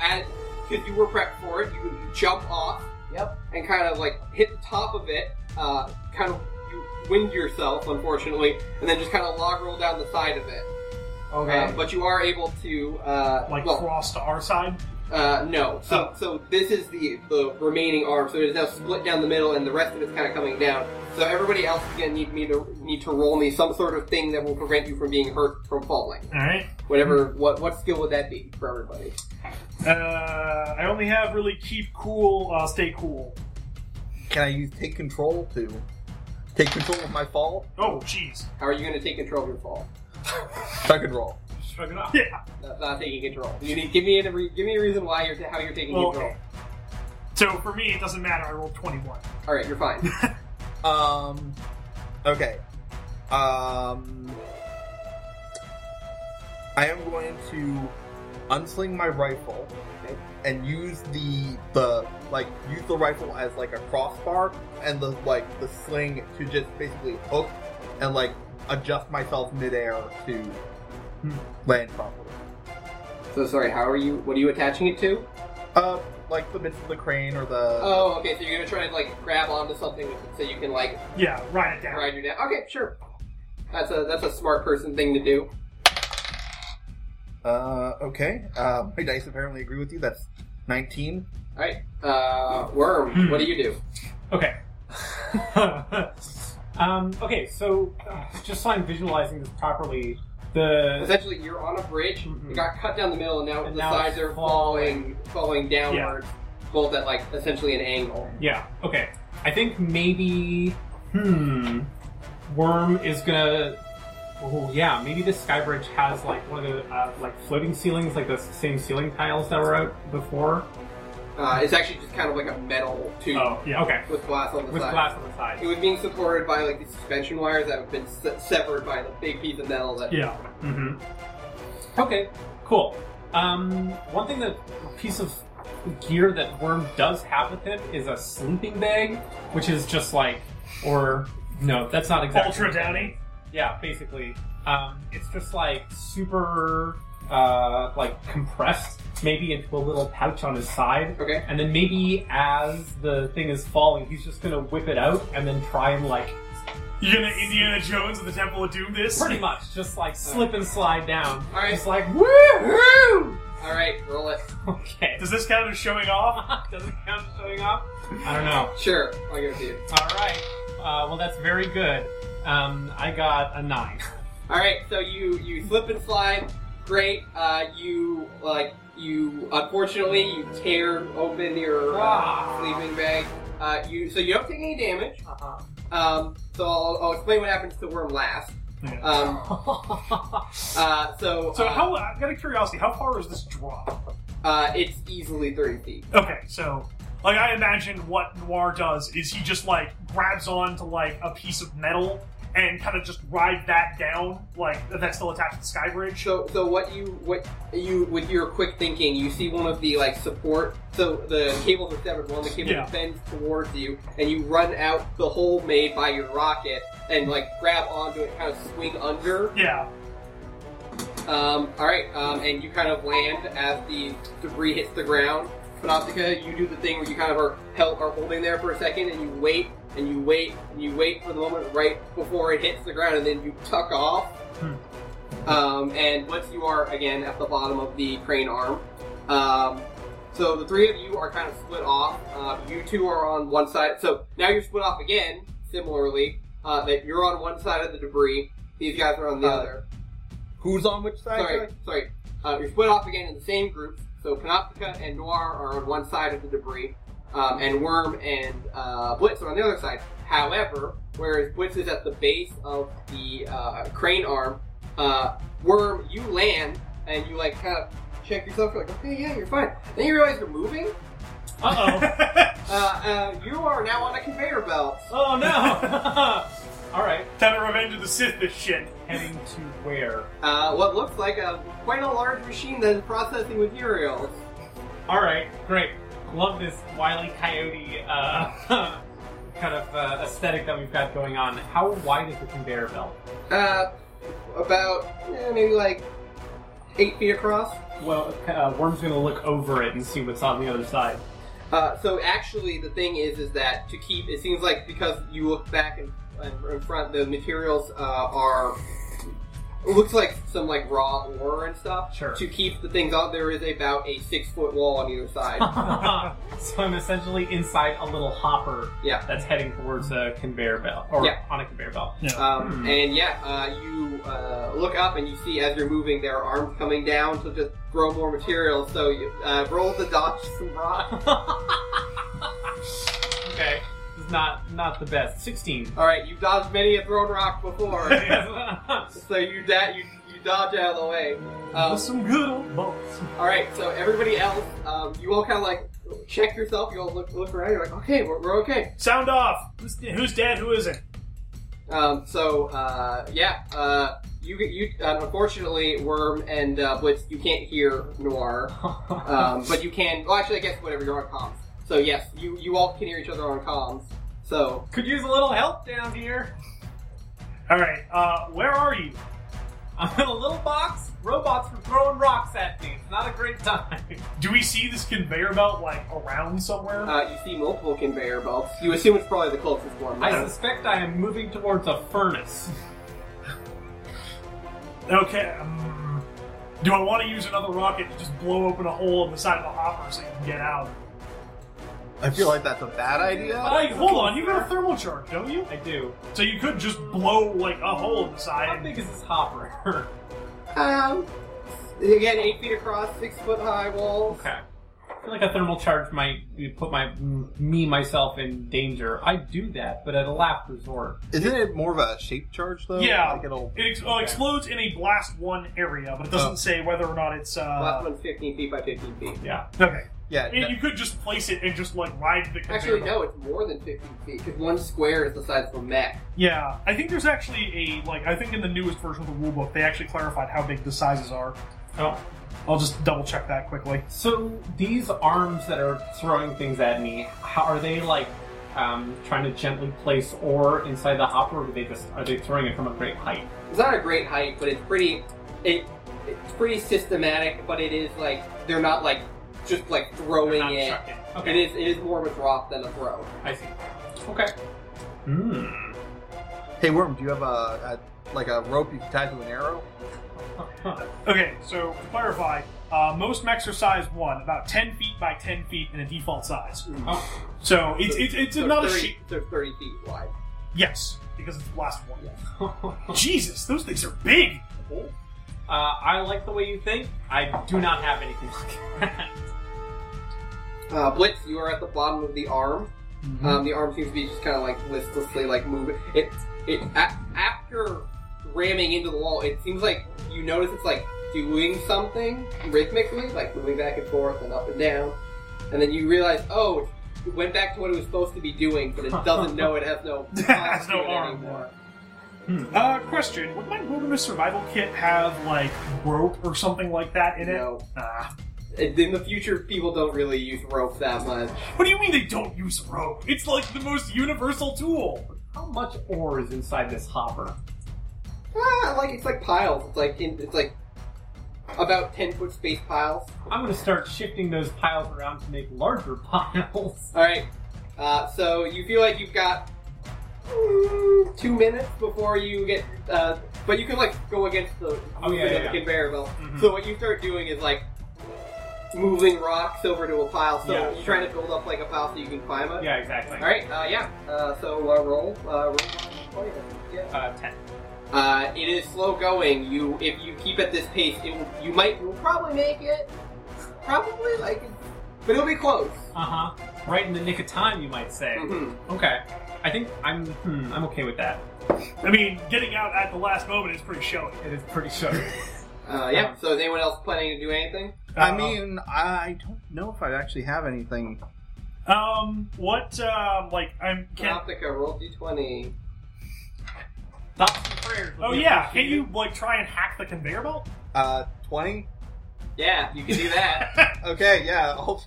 Speaker 1: as because you were prepped for it, you jump off
Speaker 3: Yep.
Speaker 1: and kind of like hit the top of it. Uh, kind of you wind yourself, unfortunately, and then just kind of log roll down the side of it.
Speaker 3: Okay.
Speaker 1: Uh, but you are able to uh,
Speaker 2: Like
Speaker 1: well,
Speaker 2: cross to our side.
Speaker 1: Uh, no. So, so this is the the remaining arm. So it is now split down the middle, and the rest of it's kind of coming down. So everybody else is gonna need me to need to roll me some sort of thing that will prevent you from being hurt from falling.
Speaker 2: Alright.
Speaker 1: Whatever. What what skill would that be for everybody?
Speaker 2: Uh, I only have really keep cool, uh, stay cool.
Speaker 4: Can I use take control to take control of my fall?
Speaker 2: Oh, jeez.
Speaker 1: How are you gonna take control of your fall?
Speaker 4: Tuck and roll.
Speaker 5: Shrug it off.
Speaker 2: Yeah.
Speaker 1: That's not taking control. You need give me a re- give me a reason why you're how you're taking
Speaker 2: Well,
Speaker 1: control.
Speaker 2: okay. So for me, it doesn't matter. I rolled 21.
Speaker 1: All right, you're fine.
Speaker 4: Um. Okay. Um. I am going to unsling my rifle
Speaker 1: Okay.
Speaker 4: and use the the like use the rifle as like a crossbar and the like the sling to just basically hook and like adjust myself midair to land properly.
Speaker 1: so sorry. How are you? What are you attaching it to?
Speaker 4: Uh, like the bits of the crane or the
Speaker 1: Oh, okay. So you're gonna try to like grab onto something with it so you can like
Speaker 2: Yeah, write it down.
Speaker 1: ride you down. Okay, sure. That's a that's a smart person thing to do.
Speaker 4: Uh, okay. Uh, my dice apparently agree with you. That's 19.
Speaker 1: All right, uh, Worm,
Speaker 5: Hmm.
Speaker 1: what do you do?
Speaker 5: Okay. <laughs> um, okay, so uh, just so I'm visualizing this properly, the
Speaker 1: Essentially, you're on a bridge.
Speaker 5: Mhm.
Speaker 1: It got cut down the middle, and now
Speaker 5: And
Speaker 1: the
Speaker 5: now
Speaker 1: sides
Speaker 5: it's
Speaker 1: are falling, falling downward, both at like essentially an angle.
Speaker 5: yeah, okay. I think maybe hmm, Worm is gonna. Oh yeah, maybe this sky bridge has like one of the uh, like floating ceilings, like the same ceiling tiles that were out before.
Speaker 1: Uh, it's actually just kind of like a metal tube
Speaker 2: Oh, yeah.
Speaker 5: Okay.
Speaker 1: with glass on the
Speaker 5: With
Speaker 1: side.
Speaker 5: glass on the side.
Speaker 1: It was being supported by like these suspension wires that have been se- severed by the big piece of metal that
Speaker 2: Yeah.
Speaker 5: hmm Mm-hmm. Okay, cool. Um, one thing that piece of gear that Worm does have with him is a sleeping bag, which is just like, or no, that's not exactly.
Speaker 2: Ultra Downy.
Speaker 5: Yeah, basically, um, it's just like super, uh, like compressed, maybe into a little pouch on his side.
Speaker 1: Okay.
Speaker 5: And then maybe as the thing is falling, he's just gonna whip it out and then try and like
Speaker 2: You're gonna Indiana Jones of the Temple of Doom this?
Speaker 5: pretty much just like slip and slide down.
Speaker 1: All right.
Speaker 5: Just like woo!
Speaker 1: All right, roll it.
Speaker 5: Okay. <laughs>
Speaker 2: Does this count as showing off?
Speaker 5: Doesn't count as showing off? I don't know.
Speaker 1: Sure, I'll give it to you.
Speaker 5: All right. Uh, well, that's very good. Um, I got a nine.
Speaker 1: All right, so you you slip and slide. Great. Uh, you like you unfortunately you tear open your uh,
Speaker 5: Ah.
Speaker 1: sleeping bag. Uh, you so you don't take any damage. Um, so I'll, I'll explain what happens to the worm last.
Speaker 2: Yeah.
Speaker 1: Um, uh, so
Speaker 2: So
Speaker 1: uh,
Speaker 2: how? I've got a curiosity. How far is this drop?
Speaker 1: Uh, it's easily thirty feet.
Speaker 2: Okay, so like I imagine what Noir does is he just like grabs on to like a piece of metal and kind of just ride that down, like that's still attached to the sky bridge.
Speaker 1: So, so what you what you with your quick thinking, you see one of the like support. So the cables are severed. One of the cables
Speaker 2: Yeah.
Speaker 1: bends towards you, and you run out the hole made by your rocket, and like grab onto it, kind of swing under.
Speaker 2: Yeah.
Speaker 1: Um, all right, um, and you kind of land as the debris hits the ground. Panoptica, you do the thing where you kind of are held, are holding there for a second, and you wait and you wait and you wait for the moment right before it hits the ground, and then you tuck off. Um, and once you are again at the bottom of the crane arm, um, so the three of you are kind of split off. Uh, you two are on one side. So now you're split off again. Similarly, uh, that you're on one side of the debris. These guys are on the
Speaker 4: Uh,
Speaker 1: other.
Speaker 4: Who's on which side?
Speaker 1: Sorry, sorry. Uh, you're split off again in the same groups. So Panoptica and Noir are on one side of the debris, um, and Worm and uh, Blitz are on the other side. However, whereas Blitz is at the base of the uh, crane arm, uh, Worm, you land and you like kind of check yourself. You're like, okay, yeah, you're fine. Then you realize you're moving.
Speaker 2: Um, <laughs>
Speaker 5: Uh
Speaker 1: Uh, uh, you are now on a conveyor belt.
Speaker 5: oh. oh no. <laughs> All right.
Speaker 2: Time to revenge of the Sith. This shit.
Speaker 5: Heading to where?
Speaker 1: Uh, what looks like a quite a large machine that is processing materials.
Speaker 5: All right. Great. Love this wily coyote uh, <laughs> kind of uh, aesthetic that we've got going on. How wide is the conveyor belt?
Speaker 1: Uh, about eh, maybe like eight feet across.
Speaker 5: Well, uh, Worm's gonna look over it and see what's on the other side.
Speaker 1: Uh, so actually, the thing is, is that to keep it seems like because you look back and, and in front, the materials uh, are it looks like some like raw ore and stuff.
Speaker 5: Sure.
Speaker 1: To keep the things out, there is about a six foot wall on either
Speaker 5: <laughs> Hmm.
Speaker 1: side.
Speaker 5: so I'm essentially inside a little hopper
Speaker 1: Yeah.
Speaker 5: that's heading towards a conveyor belt or
Speaker 1: Yeah.
Speaker 5: on a conveyor belt.
Speaker 1: Um,
Speaker 5: Hmm.
Speaker 1: And yeah, uh, you uh, look up and you see as you're moving, there are arms coming down to just throw more material. So you uh, roll the dodge some rock.
Speaker 5: Okay, this is not not the best. Sixteen. <laughs>
Speaker 1: All right, you've dodged many a thrown rock before.
Speaker 5: Yes.
Speaker 1: So you da- you you dodge out of the way.
Speaker 2: With
Speaker 1: Um,
Speaker 2: Uh, some good old bolts.
Speaker 1: all right. So everybody else, um, you all kind of like check yourself. You all look look around. You're like, okay, we're, we're okay.
Speaker 2: Sound off. Who's, who's dead? Who isn't?
Speaker 1: Um, so uh, yeah, uh, you you uh, unfortunately Worm and uh, Blitz, you can't hear Noir, um, but you can. Well, actually, I guess whatever you're on comms. So yes, you you all can hear each other on comms. So
Speaker 5: Could use a little help down here. <laughs>
Speaker 2: All right. Uh, where are you?
Speaker 5: I'm in a little box. Robots were throwing rocks at me. It's not a
Speaker 1: <laughs>
Speaker 5: great time.
Speaker 2: Do we see this conveyor belt like around somewhere?
Speaker 1: uh, you see multiple conveyor belts. You assume it's probably the closest one.
Speaker 5: I suspect I am moving towards a furnace.
Speaker 2: Okay. Um, do I want to use another rocket to just blow open a hole in the side of the hopper so you can get out?
Speaker 4: I feel like that's a bad idea.
Speaker 2: Like, hold on, you got a thermal charge, don't you?
Speaker 5: I do.
Speaker 2: So you could just blow like a hole in the
Speaker 5: How
Speaker 2: side.
Speaker 5: big is this hopper? <laughs>
Speaker 1: um, again, eight feet across, six foot high walls.
Speaker 5: Okay. I feel like a thermal charge might put my me myself in danger. I do that, but at a last resort.
Speaker 4: Isn't it more of a shape charge though?
Speaker 2: Yeah.
Speaker 4: Like it'll
Speaker 2: It ex- uh, explodes in a blast one area, but it doesn't
Speaker 4: Oh.
Speaker 2: say whether or not it's.
Speaker 1: Last
Speaker 2: Uh...
Speaker 1: one's 15 feet by 15 feet.
Speaker 5: Yeah.
Speaker 2: Okay.
Speaker 4: Yeah.
Speaker 2: I mean, you could just place it and just like ride the conveyor
Speaker 1: Actually,
Speaker 2: belt.
Speaker 1: no, it's more than 50 feet, because one square is the size of a mech.
Speaker 2: Yeah, I think there's actually a like I think in the newest version of the rulebook they actually clarified how big the sizes are.
Speaker 5: Oh.
Speaker 2: I'll just double check that quickly.
Speaker 5: So these arms that are throwing things at me, how, are they like um, trying to gently place ore inside the hopper, or do they just are they throwing it from a great height?
Speaker 1: It's not a great height, but it's pretty. It it's pretty systematic, but it is like they're not like just like throwing
Speaker 5: Not
Speaker 1: it.
Speaker 5: chucking.
Speaker 1: It
Speaker 5: Okay,
Speaker 1: is it is more of a drop than a throw.
Speaker 5: I see. Okay. Hmm. <laughs>
Speaker 4: Hey, Worm, do you have a, a like a rope you can tie to an arrow?
Speaker 2: Okay, so to clarify, uh, most mechs are size one, about 10 feet by 10 feet in a default size.
Speaker 5: Oh.
Speaker 2: So it's it's, it's
Speaker 1: So
Speaker 2: not
Speaker 1: 30,
Speaker 2: a sheet.
Speaker 1: So 30 feet wide.
Speaker 2: Yes, because it's the last one. Jesus, those things are big.
Speaker 5: Uh, I like the way you think. I do not have anything like that.
Speaker 1: Uh, Blitz, you are at the bottom of the arm.
Speaker 2: Mm-hmm.
Speaker 1: Um, the arm seems to be just kind of like listlessly like moving. It it a- after ramming into the wall, it seems like you notice it's like doing something rhythmically, like moving back and forth and up and down, and then you realize, oh, it went back to what it was supposed to be doing,
Speaker 2: <laughs>
Speaker 1: but it doesn't know it has no
Speaker 2: It has
Speaker 1: to
Speaker 2: no
Speaker 1: it
Speaker 2: arm.
Speaker 1: anymore.
Speaker 2: Uh, question: Would my wilderness survival kit have like rope or something like that in it?
Speaker 1: No.
Speaker 2: Ah.
Speaker 1: In the future, people don't really use rope that much.
Speaker 2: what do you mean they don't use rope? It's like the most universal tool.
Speaker 5: <laughs> How much ore is inside this hopper?
Speaker 1: Ah, like it's like piles. It's like in, it's like about ten foot space piles.
Speaker 5: I'm gonna start shifting those piles around to make larger <laughs> piles.
Speaker 1: All right. Uh, so you feel like you've got mm, two minutes before you get, uh, but you can like go against the
Speaker 5: Oh, yeah,
Speaker 1: movement
Speaker 5: yeah, Mm-hmm.
Speaker 1: of the
Speaker 5: yeah.
Speaker 1: conveyor belt. So what you start doing is like moving rocks over to a pile. So
Speaker 5: Yeah.
Speaker 1: you're trying to build up like a pile so you can climb it.
Speaker 5: Yeah, exactly.
Speaker 1: All right. Uh, yeah. Uh, so uh, roll. Uh, roll. Oh, yeah. Yeah.
Speaker 5: Uh, ten.
Speaker 1: Uh, it is slow going. You, if you keep at this pace, it will, you might, you'll probably make it. Probably like, but it'll be close.
Speaker 5: Uh huh. Right in the nick of time, you might say.
Speaker 1: Mhm.
Speaker 5: Okay. I think I'm. Hmm, I'm okay with that.
Speaker 2: I mean, getting out at the last moment is pretty showy.
Speaker 5: It is pretty sure.
Speaker 1: Uh,
Speaker 4: Um,
Speaker 1: yeah. So is anyone else planning to do anything?
Speaker 2: Uh,
Speaker 4: I mean, I don't know if I actually have anything.
Speaker 2: um, what, um, like, I'm can.
Speaker 1: Panoptica, roll d20.
Speaker 5: Thoughts and prayers. would
Speaker 2: Oh
Speaker 5: be
Speaker 2: yeah, can
Speaker 5: appreciated.
Speaker 2: you like try and hack the conveyor belt?
Speaker 4: Uh, twenty.
Speaker 1: Yeah, you can do that.
Speaker 4: Okay, yeah. <laughs> I'll-
Speaker 1: All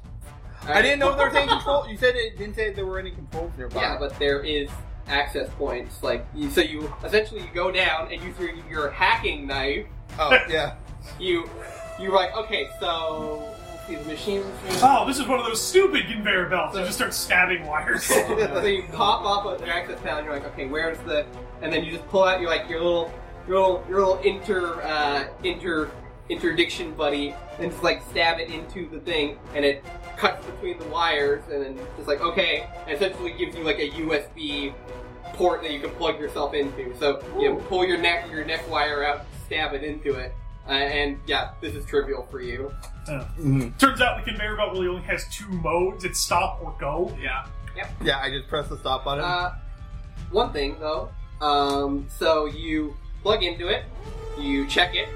Speaker 4: <laughs> I
Speaker 1: right.
Speaker 4: didn't know if there was any control. You said it didn't say there were any controls nearby.
Speaker 1: Yeah, but there is access points. Like, you, so you essentially you go down and you throw your hacking knife.
Speaker 4: oh yeah.
Speaker 1: You, you're like, okay, so let's see the machine.
Speaker 2: Oh, this is one of those stupid conveyor belts. You just start stabbing
Speaker 1: <laughs>
Speaker 2: wires.
Speaker 1: so you pop off at the access panel. And you're like, okay, where's the? And then you just pull out your like your little your little your little inter uh, inter interdiction buddy and just like stab it into the thing and it cuts between the wires and then just like okay and essentially gives you like a USB port that you can plug yourself into so you pull your neck your neck wire out stab it into it uh, and yeah this is trivial for you
Speaker 4: Mhm.
Speaker 2: Turns out the conveyor belt really only has two modes: it's stop or go.
Speaker 5: Yeah.
Speaker 4: Yeah, I just pressed the stop button.
Speaker 1: Uh, one thing though, um, so you plug into it, you check it,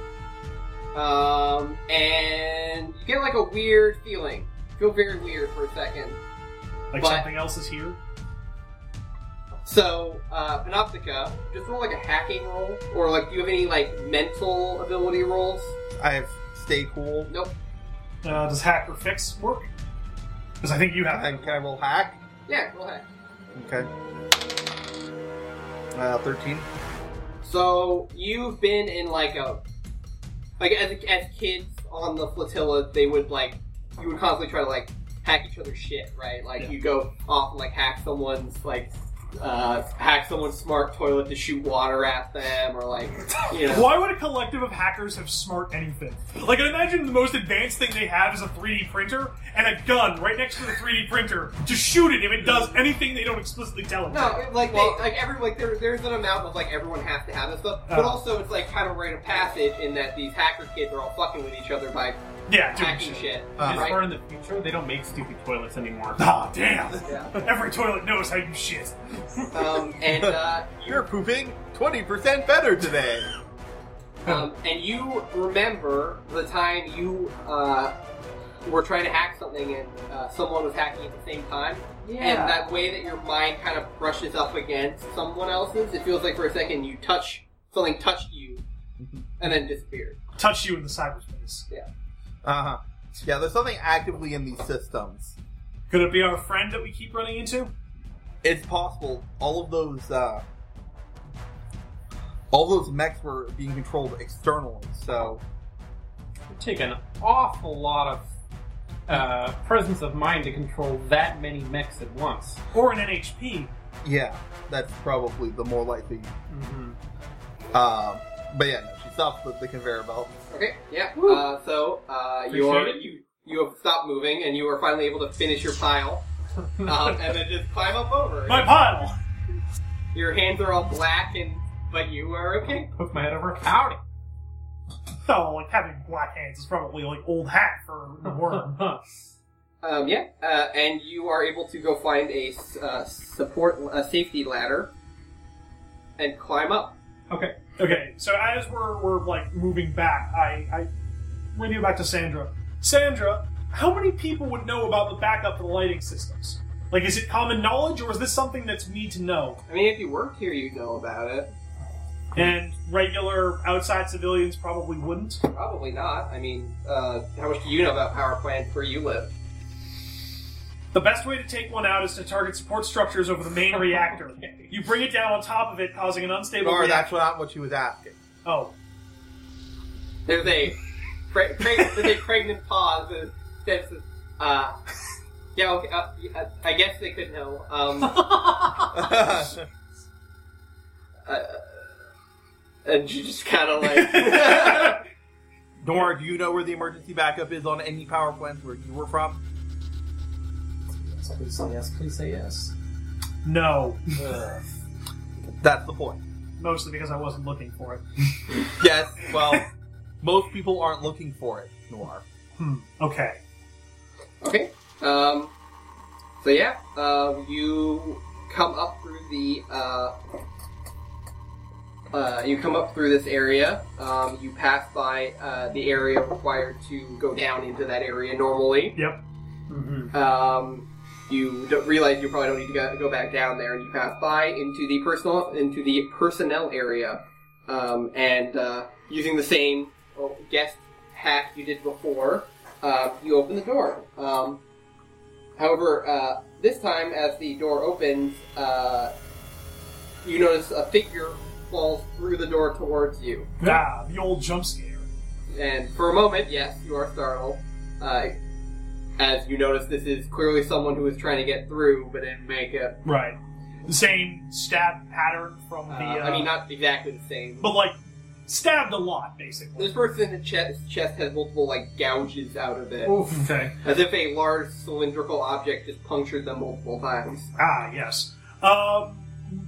Speaker 1: um, and you get like a weird feeling. Feel very weird for a second.
Speaker 2: Like
Speaker 1: But-
Speaker 2: something else is here.
Speaker 1: So, uh, Panoptica, just roll like a hacking roll, or like, do you have any like mental ability rolls?
Speaker 4: I have stay cool.
Speaker 1: Nope.
Speaker 2: Uh, does hack or fix work? Because I think you have.
Speaker 4: And can I roll hack?
Speaker 1: Yeah, go ahead.
Speaker 4: Okay. Uh, thirteen.
Speaker 1: So you've been in like a like as, as kids on the flotilla, they would like you would constantly try to like hack each other's shit, right? Like
Speaker 2: Yeah.
Speaker 1: you go off and like hack someone's like uh, hack someone's smart toilet to shoot water at them, or like you know.
Speaker 2: Why would a collective of hackers have smart anything? Like, I imagine the most advanced thing they have is a 3D printer and a gun right next to the 3D printer to shoot it if it does anything they don't explicitly tell it. to.
Speaker 1: No, it- like
Speaker 4: Well-
Speaker 1: they, like every like there, there's an amount of like everyone has to have this stuff, but
Speaker 2: Oh.
Speaker 1: also it's like kind of a rite of passage in that these hacker kids are all fucking with each other by
Speaker 2: Yeah, doing
Speaker 1: hacking
Speaker 2: shit.
Speaker 1: shit.
Speaker 4: Uh,
Speaker 5: As
Speaker 1: right?
Speaker 5: far in the future, they don't make stupid toilets anymore.
Speaker 2: Ah, damn.
Speaker 1: Yeah.
Speaker 2: Every toilet knows how you shit.
Speaker 1: Um, and uh,
Speaker 4: You're pooping twenty percent better today.
Speaker 1: Um, and you remember the time you uh, were trying to hack something and uh, someone was hacking at the same time. And that way that your mind kind of brushes up against someone else's, it feels like for a second you touch something touched you and then disappeared.
Speaker 2: touch you in the cyberspace.
Speaker 4: Uh huh. Yeah, there's something actively in these systems.
Speaker 2: Could it be our friend that we keep running into?
Speaker 4: It's possible all of those uh, all those mechs were being controlled externally, so
Speaker 5: It'd take an awful lot of uh, presence of mind to control that many mechs at once.
Speaker 2: Or an NHP?
Speaker 4: yeah, that's probably the more likely.
Speaker 5: Mm-hmm.
Speaker 4: Uh, but yeah, no, she stops the, the conveyor belt.
Speaker 1: Okay, yeah. Uh, so uh, you're,
Speaker 5: you.
Speaker 1: you have stopped moving and you are finally able to finish your pile um, and then just climb up over.
Speaker 2: My pile! <laughs>
Speaker 1: Your hands are all black and but you are okay.
Speaker 5: Poke my head over. Howdy.
Speaker 2: Oh, like having black hands is probably like old hat for a
Speaker 5: <laughs>
Speaker 2: worm.
Speaker 1: Um, yeah, uh, and you are able to go find a s- uh, support a safety ladder and climb up.
Speaker 5: <laughs> okay.
Speaker 2: Okay, so as we're, we're like moving back, I, I radio back to Sandra. Sandra, how many people would know about the backup of the lighting systems? Like, is it common knowledge, or is this something that's me to know?
Speaker 1: I mean, if you worked here, you'd know about it.
Speaker 2: And regular outside civilians probably wouldn't.
Speaker 1: Probably not. I mean, uh, how much do you know about power plants where you live?
Speaker 2: The best way to take one out is to target support structures over the main reactor. You bring it down on top of it, causing an unstable.
Speaker 4: Or
Speaker 2: reac-
Speaker 4: that's not what she was <laughs> asking.
Speaker 2: Oh,
Speaker 1: There's a pre- pre- <laughs> there's a pregnant pause and says, uh, "Yeah, okay. Uh, yeah, uh, I guess they could know." Um, uh, and she just kind of
Speaker 2: <laughs>
Speaker 1: like,
Speaker 4: Nora, do you know where the emergency backup is on any power plants where you were from?
Speaker 3: Yes, please say yes. Please say yes.
Speaker 2: no.
Speaker 3: Ugh.
Speaker 4: That's the point.
Speaker 2: Mostly because I wasn't looking for it.
Speaker 4: Yes, <laughs> well, most people aren't looking for it, Noir.
Speaker 2: Hmm. Okay.
Speaker 1: "Okay." Um, so yeah, um, you come up through the uh, uh, you come up through this area. Um, you pass by uh, the area required to go down into that area normally.
Speaker 2: Yep.
Speaker 5: Mm-hmm.
Speaker 1: Um, you don't realize you probably don't need to go, go back down there, and you pass by into the personal into the personnel area, um, and uh, using the same well, guest hack you did before, uh, you open the door. Um, however, uh, this time as the door opens, uh, you notice a figure falls through the door towards you.
Speaker 2: Ah, the old jump scare.
Speaker 1: And for a moment, yes, you are startled. Uh, as you notice, this is clearly someone who is trying to get through, but didn't make it.
Speaker 2: Right. The same stab pattern from
Speaker 1: Uh,
Speaker 2: the. Uh,
Speaker 1: I mean, not exactly the same.
Speaker 2: but like stabbed a lot, basically.
Speaker 1: This person in the chest, chest has multiple, like, gouges out of it.
Speaker 2: Oof. Okay.
Speaker 1: As if a large cylindrical object just punctured them multiple times.
Speaker 2: Ah, yes. Um,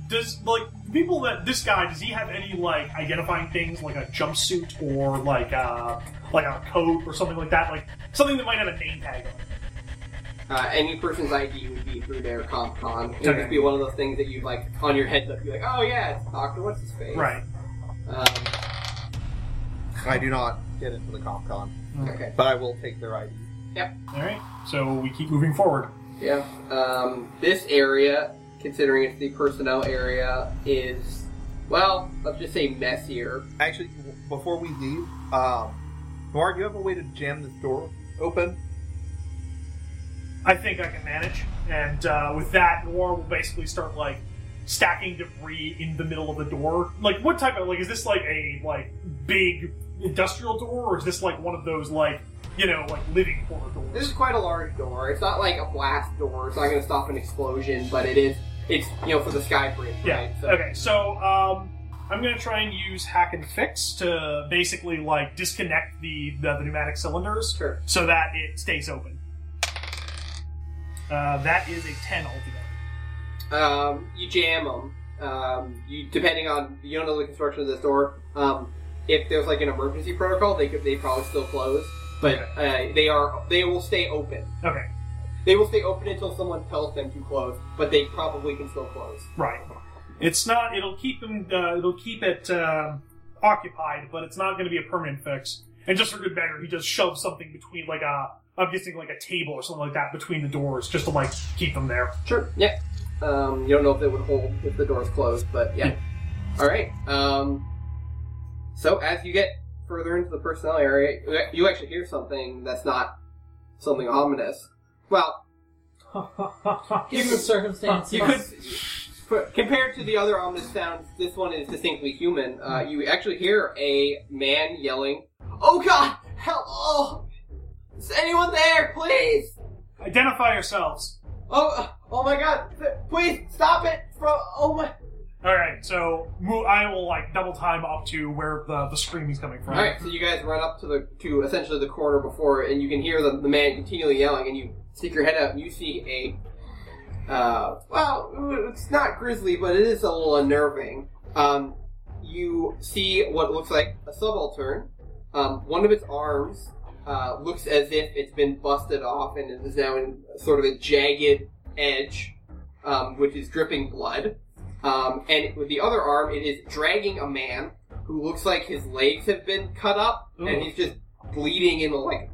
Speaker 2: does like people that this guy does he have any like identifying things like a jumpsuit or like uh like a coat or something like that like something that might have a name tag on it?
Speaker 1: Uh, any person's ID would be through their comp con. It would
Speaker 2: Okay.
Speaker 1: just be one of those things that you, like, on your heads up, you're like, oh yeah, it's Doctor What's His Face.
Speaker 2: Right.
Speaker 1: Um,
Speaker 4: I do not get into the comp con,
Speaker 2: Mm.
Speaker 1: okay.
Speaker 4: but I will take their ID.
Speaker 2: All right. So we keep moving forward.
Speaker 1: Yeah. Um, this area, considering it's the personnel area, is well, let's just say messier.
Speaker 4: Actually, w- before we leave, um, Noir, do you have a way to jam this door open?
Speaker 2: I think I can manage. And uh, with that, Noir will basically start like stacking debris in the middle of the door. Like, what type of like is this like a like big industrial door, or is this like one of those like you know like living quarter
Speaker 1: This is
Speaker 2: doors?
Speaker 1: quite a large door. It's not like a blast door. It's not going to stop an explosion, but it is. It's you know for the sky bridge,
Speaker 2: Yeah.
Speaker 1: right?
Speaker 2: Okay. So um, I'm gonna try and use hack and fix to basically like disconnect the the, the pneumatic cylinders
Speaker 1: Sure.
Speaker 2: so that it stays open. Uh, that is a ten altogether.
Speaker 1: Um, you jam them. Um, you depending on you don't know the construction of this door. Um, if there's like an emergency protocol, they could they probably still close, but uh, they are they will stay open.
Speaker 2: Okay.
Speaker 1: They will stay open until someone tells them to close, but they probably can still close.
Speaker 2: Right. It's not. It'll keep them. Uh, it'll keep it uh, occupied, but it's not going to be a permanent fix. And just for good measure, he just shoves something between, like a I'm guessing like a table or something like that between the doors just to like keep them there.
Speaker 1: Sure. Yeah. Um, you don't know if it would hold if the door's closed, but yeah. All right. Um, so as you get further into the personnel area, you ac- you actually hear something that's not something ominous. Well,
Speaker 3: Given the circumstances,
Speaker 5: You could.
Speaker 1: for, compared to the other ominous sounds, this one is distinctly human. Uh, you actually hear a man yelling, "Oh God! Help! Oh, is anyone there? Please!"
Speaker 2: Identify yourselves.
Speaker 1: Oh, oh my God! Please stop it! From oh my.
Speaker 2: All right, so mo- I will like double time up to where the the screaming's coming from.
Speaker 1: All right, so you guys run up to the to essentially the corner before, and you can hear the, the man continually yelling, and you stick your head out, and you see a uh, well, it's not grisly, but it is a little unnerving. Um, you see what looks like a subaltern. Um, one of its arms uh, looks as if it's been busted off, and it is now in sort of a jagged edge, um, which is dripping blood. Um, and with the other arm, it is dragging a man who looks like his legs have been cut up,
Speaker 2: Ooh.
Speaker 1: and he's just bleeding in like.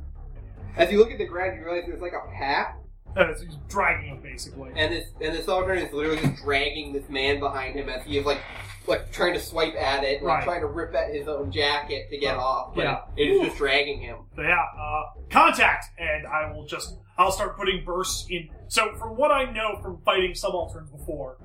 Speaker 1: As you look at the ground, you realize there's like a path,
Speaker 2: Uh, it's just dragging him basically.
Speaker 1: and this and this subaltern is literally just dragging this man behind him as he is like, like trying to swipe at it, like
Speaker 2: Right.
Speaker 1: trying to rip at his own jacket to get off. But
Speaker 2: Yeah.
Speaker 1: it is just dragging him.
Speaker 2: So yeah, uh, contact, and I will just I'll start putting bursts in. So from what I know from fighting subalterns before,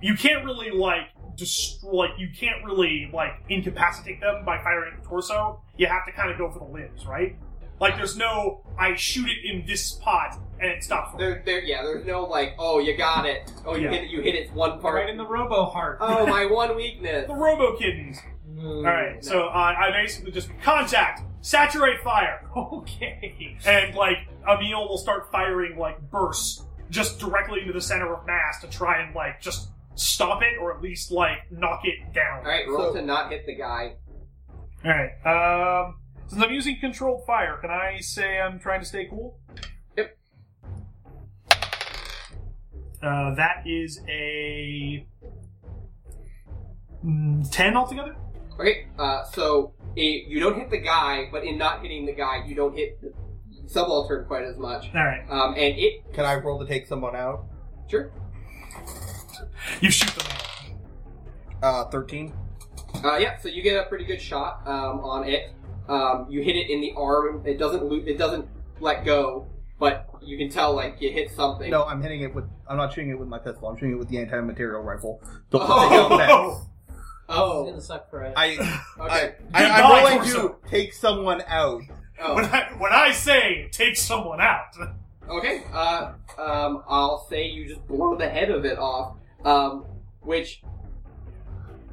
Speaker 2: you can't really like destroy, like you can't really like incapacitate them by firing the torso. You have to kind of go for the limbs, right? Like there's no I shoot it in this spot and it stops. From
Speaker 1: There, there, yeah. There's no like, oh, you got it. Oh, you
Speaker 2: Yeah.
Speaker 1: hit it. You hit its one
Speaker 5: Right
Speaker 1: part.
Speaker 5: in the robo heart.
Speaker 1: Oh, my one
Speaker 2: <laughs>
Speaker 1: weakness.
Speaker 2: the Robo Kittens. All right, so uh, I basically just contact, saturate fire.
Speaker 5: okay.
Speaker 2: and like Emil will start firing like bursts just directly into the center of mass to try and like just stop it or at least like knock it down.
Speaker 1: All right, roll
Speaker 4: So-
Speaker 1: to not hit the guy.
Speaker 2: All right. Um, since I'm using controlled fire, can I say I'm trying to stay cool?
Speaker 1: Yep.
Speaker 2: Uh, that is a mm, ten altogether.
Speaker 1: Okay, uh, so eh, you don't hit the guy, but in not hitting the guy, you don't hit the subaltern quite as much.
Speaker 2: All right.
Speaker 1: Um, and it
Speaker 4: Can I roll to take someone out?
Speaker 1: sure.
Speaker 2: You shoot them.
Speaker 4: Uh, thirteen.
Speaker 1: Uh, yeah, so you get a pretty good shot um, on it. Um, you hit it in the arm. It doesn't lo- it doesn't let go, but you can tell like you hit something.
Speaker 4: No, I'm hitting it with. I'm not shooting it with my pistol. I'm shooting it with the anti-material rifle. The
Speaker 1: Oh.
Speaker 4: the Hellcat.
Speaker 3: It's
Speaker 1: Oh.
Speaker 3: gonna suck for it.
Speaker 4: I,
Speaker 1: Okay.
Speaker 4: I,
Speaker 2: Goodbye,
Speaker 4: I, am willing to
Speaker 2: torso.
Speaker 4: take someone out.
Speaker 2: <laughs> When
Speaker 1: Oh.
Speaker 2: I when I say take someone out, <laughs>
Speaker 1: Okay. Uh, um, I'll say you just blow the head of it off, um, which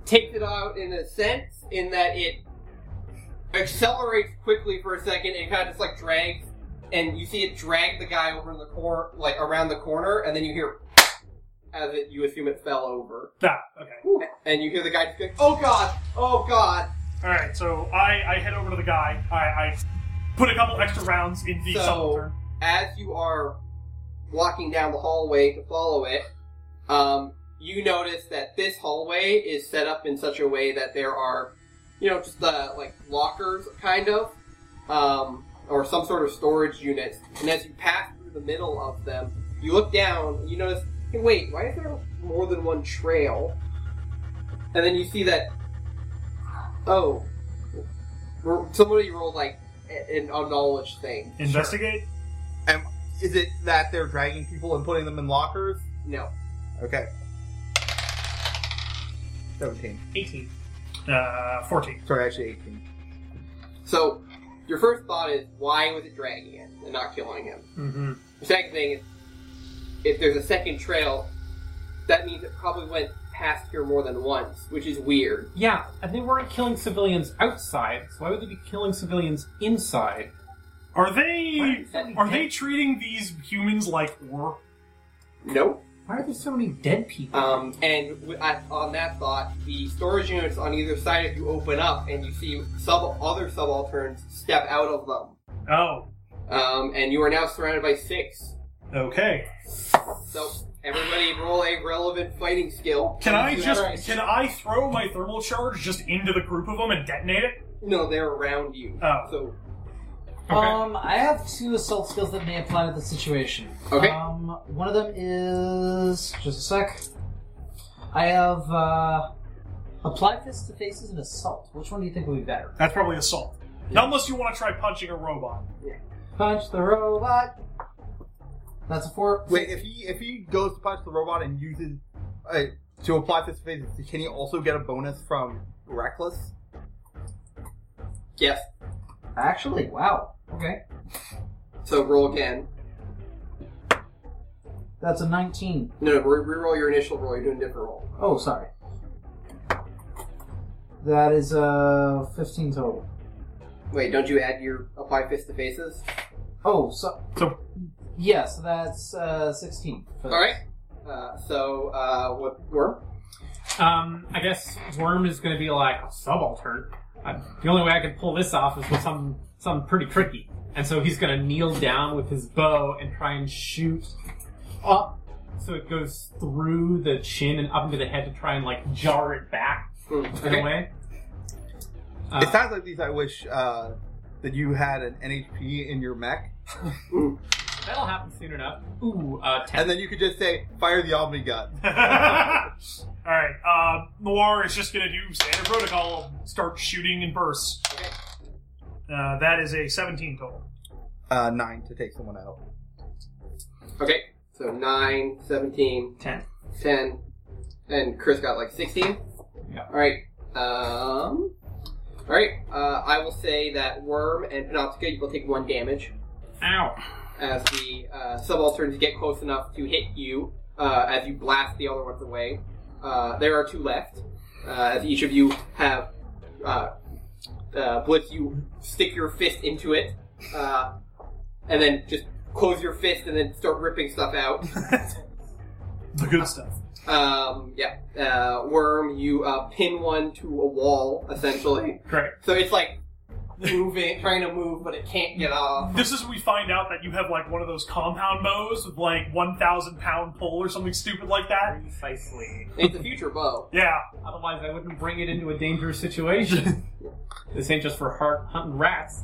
Speaker 1: takes it out in a sense in that it accelerates quickly for a second and kind of just like drags, and you see it drag the guy over in the corner, like around the corner, and then you hear as it you assume it fell over,
Speaker 2: ah, okay.
Speaker 1: and you hear the guy just going, "Oh god, oh god."
Speaker 2: All right, so I, I head over to the guy. I, I put a couple extra rounds in the
Speaker 1: So-
Speaker 2: subaltern.
Speaker 1: as you are walking down the hallway to follow it, um, you notice that this hallway is set up in such a way that there are, you know, just uh, like lockers, kind of, um, or some sort of storage units. And as you pass through the middle of them, you look down and you notice, hey, wait, why is there more than one trail? And then you see that, oh, somebody rolled like a- an unknowledge thing.
Speaker 2: Investigate.
Speaker 4: Is it that they're dragging people and putting them in lockers?
Speaker 1: No.
Speaker 4: Okay. Seventeen.
Speaker 5: 18.
Speaker 2: Uh, fourteen.
Speaker 4: Sorry, actually eighteen.
Speaker 1: So, your first thought is, why was it dragging him and not killing him?
Speaker 5: Mm-hmm.
Speaker 1: The second thing is, if there's a second trail, that means it probably went past here more than once, which is weird.
Speaker 5: Yeah, and they weren't killing civilians outside, so why would they be killing civilians inside?
Speaker 2: Are
Speaker 5: Why
Speaker 2: they
Speaker 5: is that-
Speaker 2: are they treating these humans like ore?
Speaker 1: Nope.
Speaker 5: Why are there so many dead people?
Speaker 1: Um, and w- I- on that thought, the storage units on either side of you open up, and you see sub other subalterns step out of them.
Speaker 2: Oh,
Speaker 1: Um, and you are now surrounded by six.
Speaker 2: okay.
Speaker 1: So everybody, roll a relevant fighting skill.
Speaker 2: Can I
Speaker 3: Christ.
Speaker 2: just can I throw my thermal charge just into the group of them and detonate it?
Speaker 1: No, they're around you.
Speaker 2: Oh.
Speaker 1: So
Speaker 5: Okay.
Speaker 3: Um, I have two assault skills that may apply to the situation.
Speaker 1: Okay.
Speaker 2: Uh,
Speaker 3: Um, one of them is just a sec. I have uh, apply fist to faces and assault. Which one do you think would be better?
Speaker 2: That's probably assault. Not unless you want to try punching a robot.
Speaker 3: Punch the robot. That's a four.
Speaker 4: Wait, if he if he goes to punch the robot and uses uh, to apply this phase, can he also get a bonus from reckless?
Speaker 1: Yes.
Speaker 3: Actually, wow. Okay.
Speaker 1: So roll again.
Speaker 3: That's a 19.
Speaker 1: No, no, re- re-roll your initial roll. You're doing a different roll.
Speaker 3: Oh, sorry. That is uh, 15 total.
Speaker 1: Wait, don't you add your apply fist to faces?
Speaker 3: Oh, so.
Speaker 2: So-
Speaker 3: Yes, that's uh, 16.
Speaker 1: All right. Uh, so uh, what were?
Speaker 5: Um, I guess Worm is going to be like a subaltern. Uh, the only way I can pull this off is with some something pretty tricky. And so he's going to kneel down with his bow and try and shoot up, so it goes through the chin and up into the head to try and like jar it back
Speaker 1: Hmm,
Speaker 5: in a way. Uh,
Speaker 4: it sounds like these. I wish uh, that you had an NHP in your mech,
Speaker 5: that'll happen soon enough. Ooh, uh, ten.
Speaker 4: and then you could just say fire the omni gun.
Speaker 2: All right. Uh, Noir is just gonna do standard protocol, start shooting and bursts. Uh, that is a 17 total.
Speaker 4: Uh, nine to take someone out.
Speaker 1: Okay. So 9, 17,
Speaker 2: 10.
Speaker 1: 10, and Chris got like 16?
Speaker 5: Yeah.
Speaker 1: Alright. Um, Alright, uh, I will say that Worm and Panoptica, you will take one damage
Speaker 5: Ow!
Speaker 1: as the uh, subalterns get close enough to hit you uh, as you blast the other ones away. Uh, there are two left, uh, as each of you have uh, uh, blitz. You stick your fist into it, uh, and then just close your fist and then start ripping stuff out.
Speaker 2: The good stuff.
Speaker 1: Um, yeah, uh, worm. You uh, pin one to a wall essentially,
Speaker 5: Great.
Speaker 1: so it's like moving, trying to move, but it can't get off.
Speaker 2: This is when we find out that you have like one of those compound bows with like 1,000 pound pole or something stupid like that.
Speaker 5: Precisely.
Speaker 1: It's a future bow.
Speaker 2: Yeah.
Speaker 5: Otherwise, I wouldn't bring it into a dangerous situation. <laughs> this ain't just for heart hunting rats.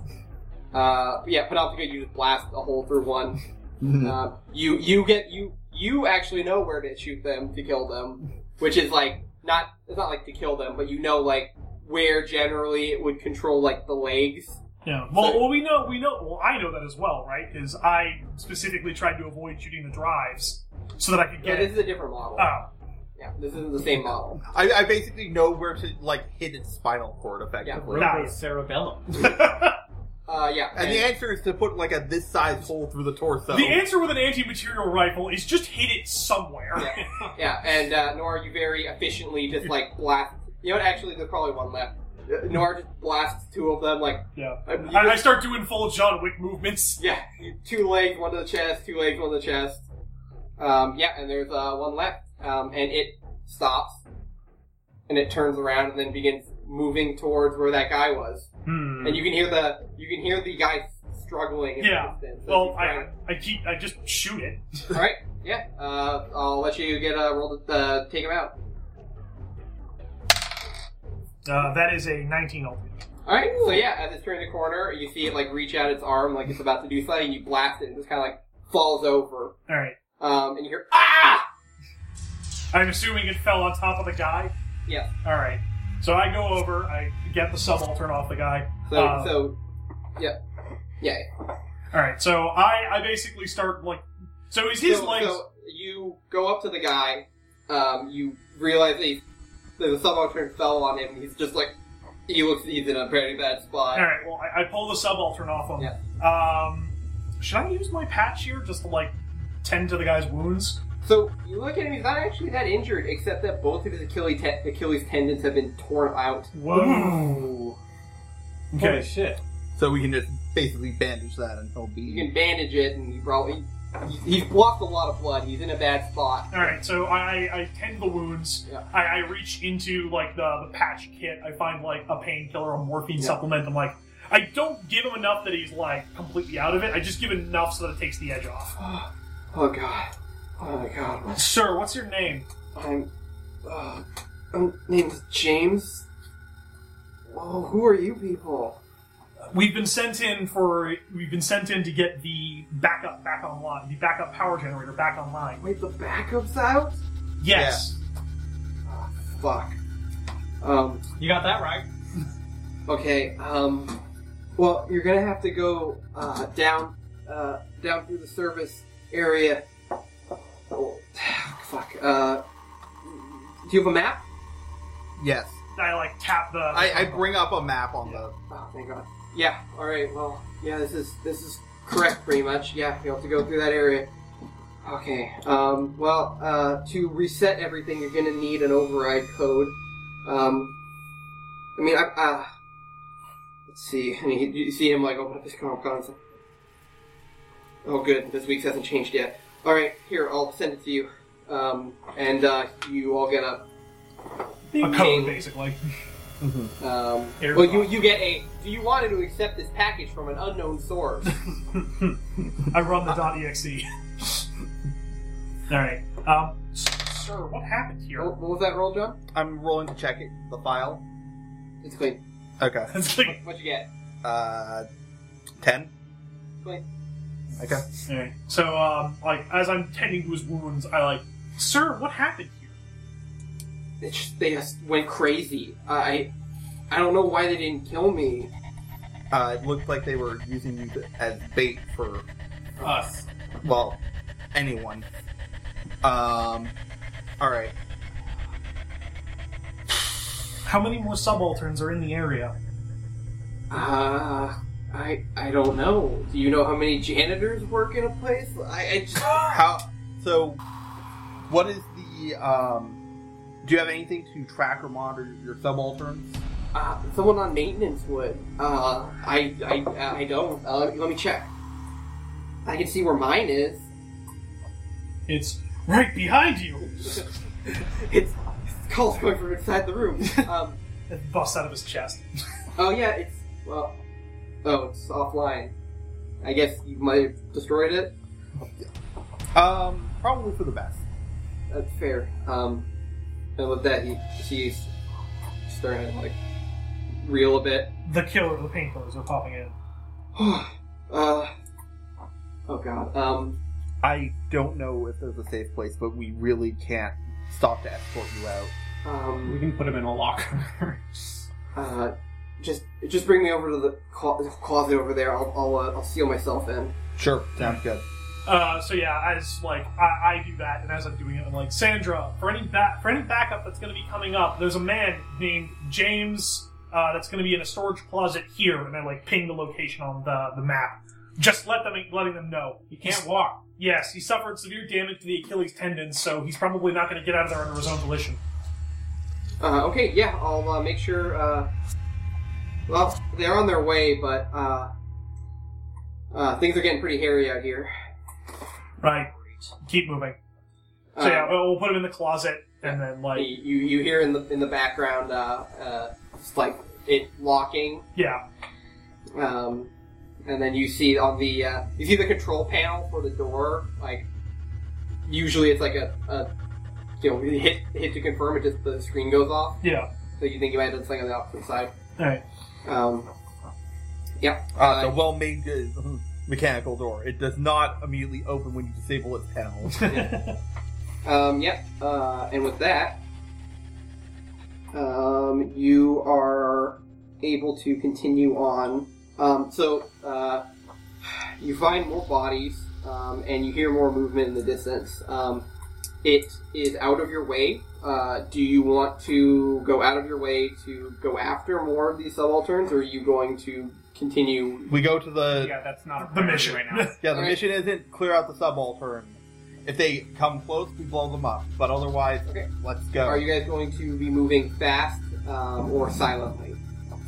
Speaker 1: Uh, yeah, Panoptica, you just blast a hole through one.
Speaker 4: Hmm.
Speaker 1: Uh, you you get you you actually know where to shoot them to kill them, which is like not it's not like to kill them, but you know like where generally it would control like the legs.
Speaker 2: Yeah. Well,
Speaker 1: So-
Speaker 2: well, we know we know. Well, I know that as well, right? Because I specifically tried to avoid shooting the drives so that I could
Speaker 1: Yeah,
Speaker 2: get.
Speaker 1: this is a different model.
Speaker 2: Oh,
Speaker 1: Yeah, this isn't the same model.
Speaker 4: <laughs> I, I basically know where to like hit its spinal cord effectively.
Speaker 2: Yeah.
Speaker 5: Robo cerebellum.
Speaker 2: <laughs>
Speaker 1: Uh, yeah,
Speaker 4: And the answer is to put like a this size hole through the torso.
Speaker 2: the answer with an anti-material rifle is just hit it somewhere.
Speaker 1: Yeah. Yeah, and uh, Nora, you very efficiently just like blast. You know what? Actually, there's probably one left. Uh, Nora just blasts two of them. Like,
Speaker 2: Yeah.
Speaker 1: uh, you
Speaker 2: I, I
Speaker 1: just-
Speaker 2: start doing full John Wick movements.
Speaker 1: yeah, you- two legs, one to the chest, two legs, one to the chest. Um, yeah, and there's uh, one left, um, and it stops, and it turns around and then begins moving towards where that guy was.
Speaker 5: Hmm.
Speaker 2: Mm.
Speaker 1: And you can hear the you can hear the guy struggling. In
Speaker 2: Yeah.
Speaker 1: The distance as
Speaker 2: Well,
Speaker 1: he's
Speaker 2: I,
Speaker 1: trying-
Speaker 2: I keep I just shoot it.
Speaker 1: All right. Yeah. Uh, I'll let you get a roll to uh, take him out.
Speaker 2: Uh, that is a 19 ultimate.
Speaker 1: Alright, so yeah, as it's turning the corner, you see it like reach out its arm like it's about to do something, you blast it, and it just kind of like falls over.
Speaker 2: All right.
Speaker 1: Um, and you hear, ah!
Speaker 2: I'm assuming it fell on top of the guy.
Speaker 1: Yeah.
Speaker 2: All right. So I go over. I get the subaltern off the guy.
Speaker 1: So,
Speaker 2: Uh,
Speaker 1: so, yeah. Yeah.
Speaker 2: All right. So I I basically start like. So is his
Speaker 1: so,
Speaker 2: legs?
Speaker 1: so you go up to the guy, um, you realize that he, that the subaltern fell on him, and he's just like, he looks, he's in a pretty bad spot.
Speaker 2: All right. Well, I, I pull the subaltern off him. Um, should I use my patch here just to like tend to the guy's wounds?
Speaker 1: So, you look at him, he's not actually that injured, except that both of his Achilles, te- Achilles tendons have been torn out.
Speaker 5: Whoa. Holy
Speaker 2: Okay.
Speaker 5: shit.
Speaker 4: so we can just basically bandage that and he'll
Speaker 1: You
Speaker 4: be.
Speaker 1: can bandage it, and you probably, he- he's lost a lot of blood, he's in a bad spot.
Speaker 2: All right. So I I, I tend the wounds.
Speaker 1: Yeah.
Speaker 2: I, I reach into like the the patch kit. I find like a painkiller, a morphine
Speaker 1: Yeah.
Speaker 2: supplement. I'm like. I don't give him enough that he's like completely out of it. I just give enough so that it takes the edge off.
Speaker 1: Oh god. Oh my god.
Speaker 2: Sir, what's your name?
Speaker 1: I'm. Uh, I'm named James. Whoa, who are you people?
Speaker 2: We've been sent in for we've been sent in to get the backup back online, the backup power generator back online.
Speaker 1: Wait, the backup's out?
Speaker 2: Yes.
Speaker 1: Ah, fuck. Um,
Speaker 5: You got that right.
Speaker 1: okay, um, well, you're gonna have to go, uh, down, uh, down through the service area. Oh, <sighs> fuck, uh, do you have a map?
Speaker 4: Yes.
Speaker 2: I like tap the.
Speaker 4: I, I bring up a map on the.
Speaker 1: Oh, thank God. Yeah. All right. Well, yeah. This is this is correct, pretty much. Yeah, you have to go through that area. Okay. Um, well, uh, to reset everything, you're gonna need an override code. Um, I mean, I, uh, let's see. I mean, you see him like open up his comic con. and say, Oh, good. This week's hasn't changed yet. All right. Here, I'll send it to you. Um, and uh, you all get a
Speaker 2: a code basically.
Speaker 1: Um,
Speaker 2: Air
Speaker 1: well, you,
Speaker 2: box.
Speaker 1: you get a. Do you wanted to accept this package from an unknown source?
Speaker 2: I run the
Speaker 1: <laughs>
Speaker 2: dot exe. All right, um, s- sir, what happened
Speaker 1: what,
Speaker 2: here?
Speaker 1: what was that roll, John?
Speaker 4: I'm rolling to check it, the file.
Speaker 1: It's clean.
Speaker 4: Okay.
Speaker 2: <laughs> It's like,
Speaker 1: What'd you get?
Speaker 4: Uh, ten.
Speaker 1: Wait.
Speaker 4: Okay.
Speaker 2: all right. So, um, like as I'm tending to his wounds, I like, sir, what happened here?
Speaker 1: It just, they just went crazy. Uh, I, I don't know why they didn't kill me.
Speaker 4: Uh, it looked like they were using you to- as bait for
Speaker 5: Us.
Speaker 4: well, anyone. Um, all right.
Speaker 2: How many more subalterns are in the area?
Speaker 1: Uh, I, I don't know. Do you know how many janitors work in a place? I, I just.
Speaker 4: How? So, what is the? Um, do you have anything to track or monitor your subalterns?
Speaker 1: Uh, someone on maintenance would. Uh, I, I, I don't. Uh, let, me, let me check. I can see where mine is. <laughs>
Speaker 2: It's right behind you.
Speaker 1: It's, it's calls going <laughs> from inside the room. Um.
Speaker 2: It busts out of his chest.
Speaker 1: Oh yeah, it's well. Oh, it's offline. I guess you might have destroyed it.
Speaker 4: Um, probably for the best.
Speaker 1: That's fair. Um, and with that, he she's starting to like reel a bit. <sighs>
Speaker 2: The killer, the painkillers are popping in.
Speaker 1: uh, oh god. Um,
Speaker 4: I don't know if there's a safe place, but we really can't stop to escort you out.
Speaker 5: We
Speaker 1: um,
Speaker 5: can put him in a locker.
Speaker 1: uh, just just bring me over to the clo- closet over there. I'll I'll, uh, I'll seal myself in.
Speaker 4: Sure, sounds good.
Speaker 2: Uh, so yeah, as like I, I do that, and as I'm doing it, I'm like Sandra. For any back for any backup that's going to be coming up, there's a man named James uh, that's going to be in a storage closet here, and I like ping the location on the the map. Just let them letting them know
Speaker 5: he <laughs> can't walk.
Speaker 2: Yes, he suffered severe damage to the Achilles tendon, so he's probably not going to get out of there under his own volition.
Speaker 1: Uh, okay, yeah, I'll uh, make sure. Uh, well, they're on their way, but uh, uh, things are getting pretty hairy out here.
Speaker 2: Right. Keep moving. So
Speaker 1: Uh,
Speaker 2: yeah, we'll, we'll put him in the closet, and then
Speaker 1: you,
Speaker 2: like
Speaker 1: you you hear in the in the background, uh, uh, just like it locking,
Speaker 2: yeah,
Speaker 1: um, and then you see on the uh, you see the control panel for the door. Like usually, it's like a, a you know you hit hit to confirm. It just the screen goes off,
Speaker 2: yeah.
Speaker 1: so you think you might have done something on the opposite side.
Speaker 2: All right.
Speaker 1: Um, yeah.
Speaker 4: Uh, it's a well-made uh, mechanical door. It does not immediately open when you disable its panels.
Speaker 1: Um, yep. Uh, and with that, um, you are able to continue on. Um, so uh, you find more bodies, um, and you hear more movement in the distance. Um, it is out of your way. Uh, do you want to go out of your way to go after more of these subalterns, or are you going to continue?
Speaker 4: we go to the
Speaker 5: Yeah, that's not a
Speaker 2: The
Speaker 5: priority
Speaker 2: mission
Speaker 5: right now. <laughs>
Speaker 4: Yeah, the
Speaker 1: Alright.
Speaker 4: mission isn't clear out the subaltern. If they come close, we blow them up. But otherwise,
Speaker 1: Okay.
Speaker 4: let's go.
Speaker 1: Are you guys going to be moving fast um, or silently?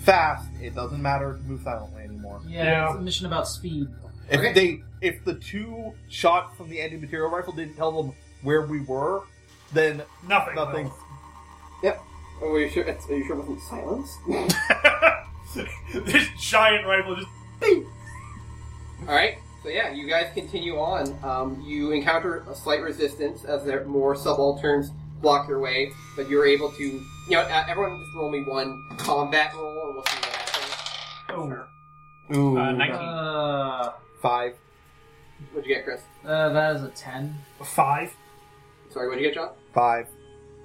Speaker 4: fast? It doesn't matter to move silently anymore.
Speaker 3: Yeah,
Speaker 2: Yeah.
Speaker 3: it's a mission about speed.
Speaker 4: If
Speaker 1: Okay.
Speaker 4: they, if the two shots from the anti-material rifle didn't tell them where we were, then
Speaker 2: <laughs> Nothing.
Speaker 4: nothing.
Speaker 1: Oh, are you sure? Are you sure it wasn't silence?
Speaker 2: <laughs> this giant rifle just
Speaker 1: All right. So yeah, you guys continue on. Um, you encounter a slight resistance as there more subalterns block your way, but you're able to. You know, uh, everyone just roll me one combat roll and we'll see what happens.
Speaker 2: Oh.
Speaker 4: Ooh,
Speaker 5: Uh, nineteen.
Speaker 3: Uh,
Speaker 4: five.
Speaker 1: What'd you get, Chris?
Speaker 3: uh, that is a ten.
Speaker 2: A five.
Speaker 1: Sorry, what'd you get, John?
Speaker 4: Five.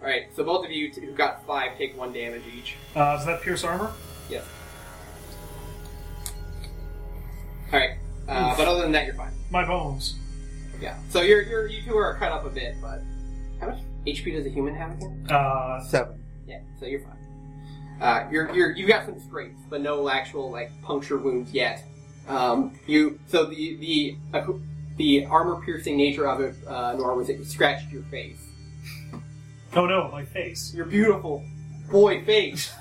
Speaker 1: All right, so both of you t- who got five take one damage each.
Speaker 2: Uh, does that pierce armor?
Speaker 1: Yes. All right, uh, but other than that, you're fine.
Speaker 2: My bones.
Speaker 1: Yeah. So you're, you're you two are cut up a bit, but how much HP does a human have again?
Speaker 2: Uh,
Speaker 4: Seven.
Speaker 1: Yeah. So you're fine. Uh, you're you're you got some scrapes, but no actual like puncture wounds yet. Um, you so the the uh, the armor piercing nature of it, uh, Nor, was it scratched your face,
Speaker 2: oh no, my face.
Speaker 1: your beautiful boy face.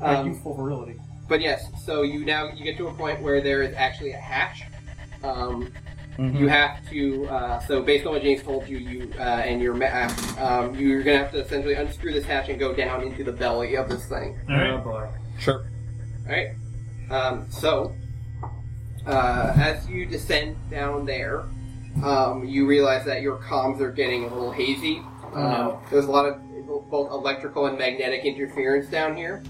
Speaker 2: my
Speaker 1: Um,
Speaker 2: youthful virility.
Speaker 1: But yes, so you now you get to a point where there is actually a hatch. Um, You have to uh, so based on what James told you, you uh, and your map, um, you're gonna have to essentially unscrew this hatch and go down into the belly of this thing.
Speaker 2: All right.
Speaker 5: Oh, boy.
Speaker 4: Sure.
Speaker 1: All right. Um, so uh, as you descend down there, um, you realize that your comms are getting a little hazy. Uh, there's a lot of both electrical and magnetic interference down here.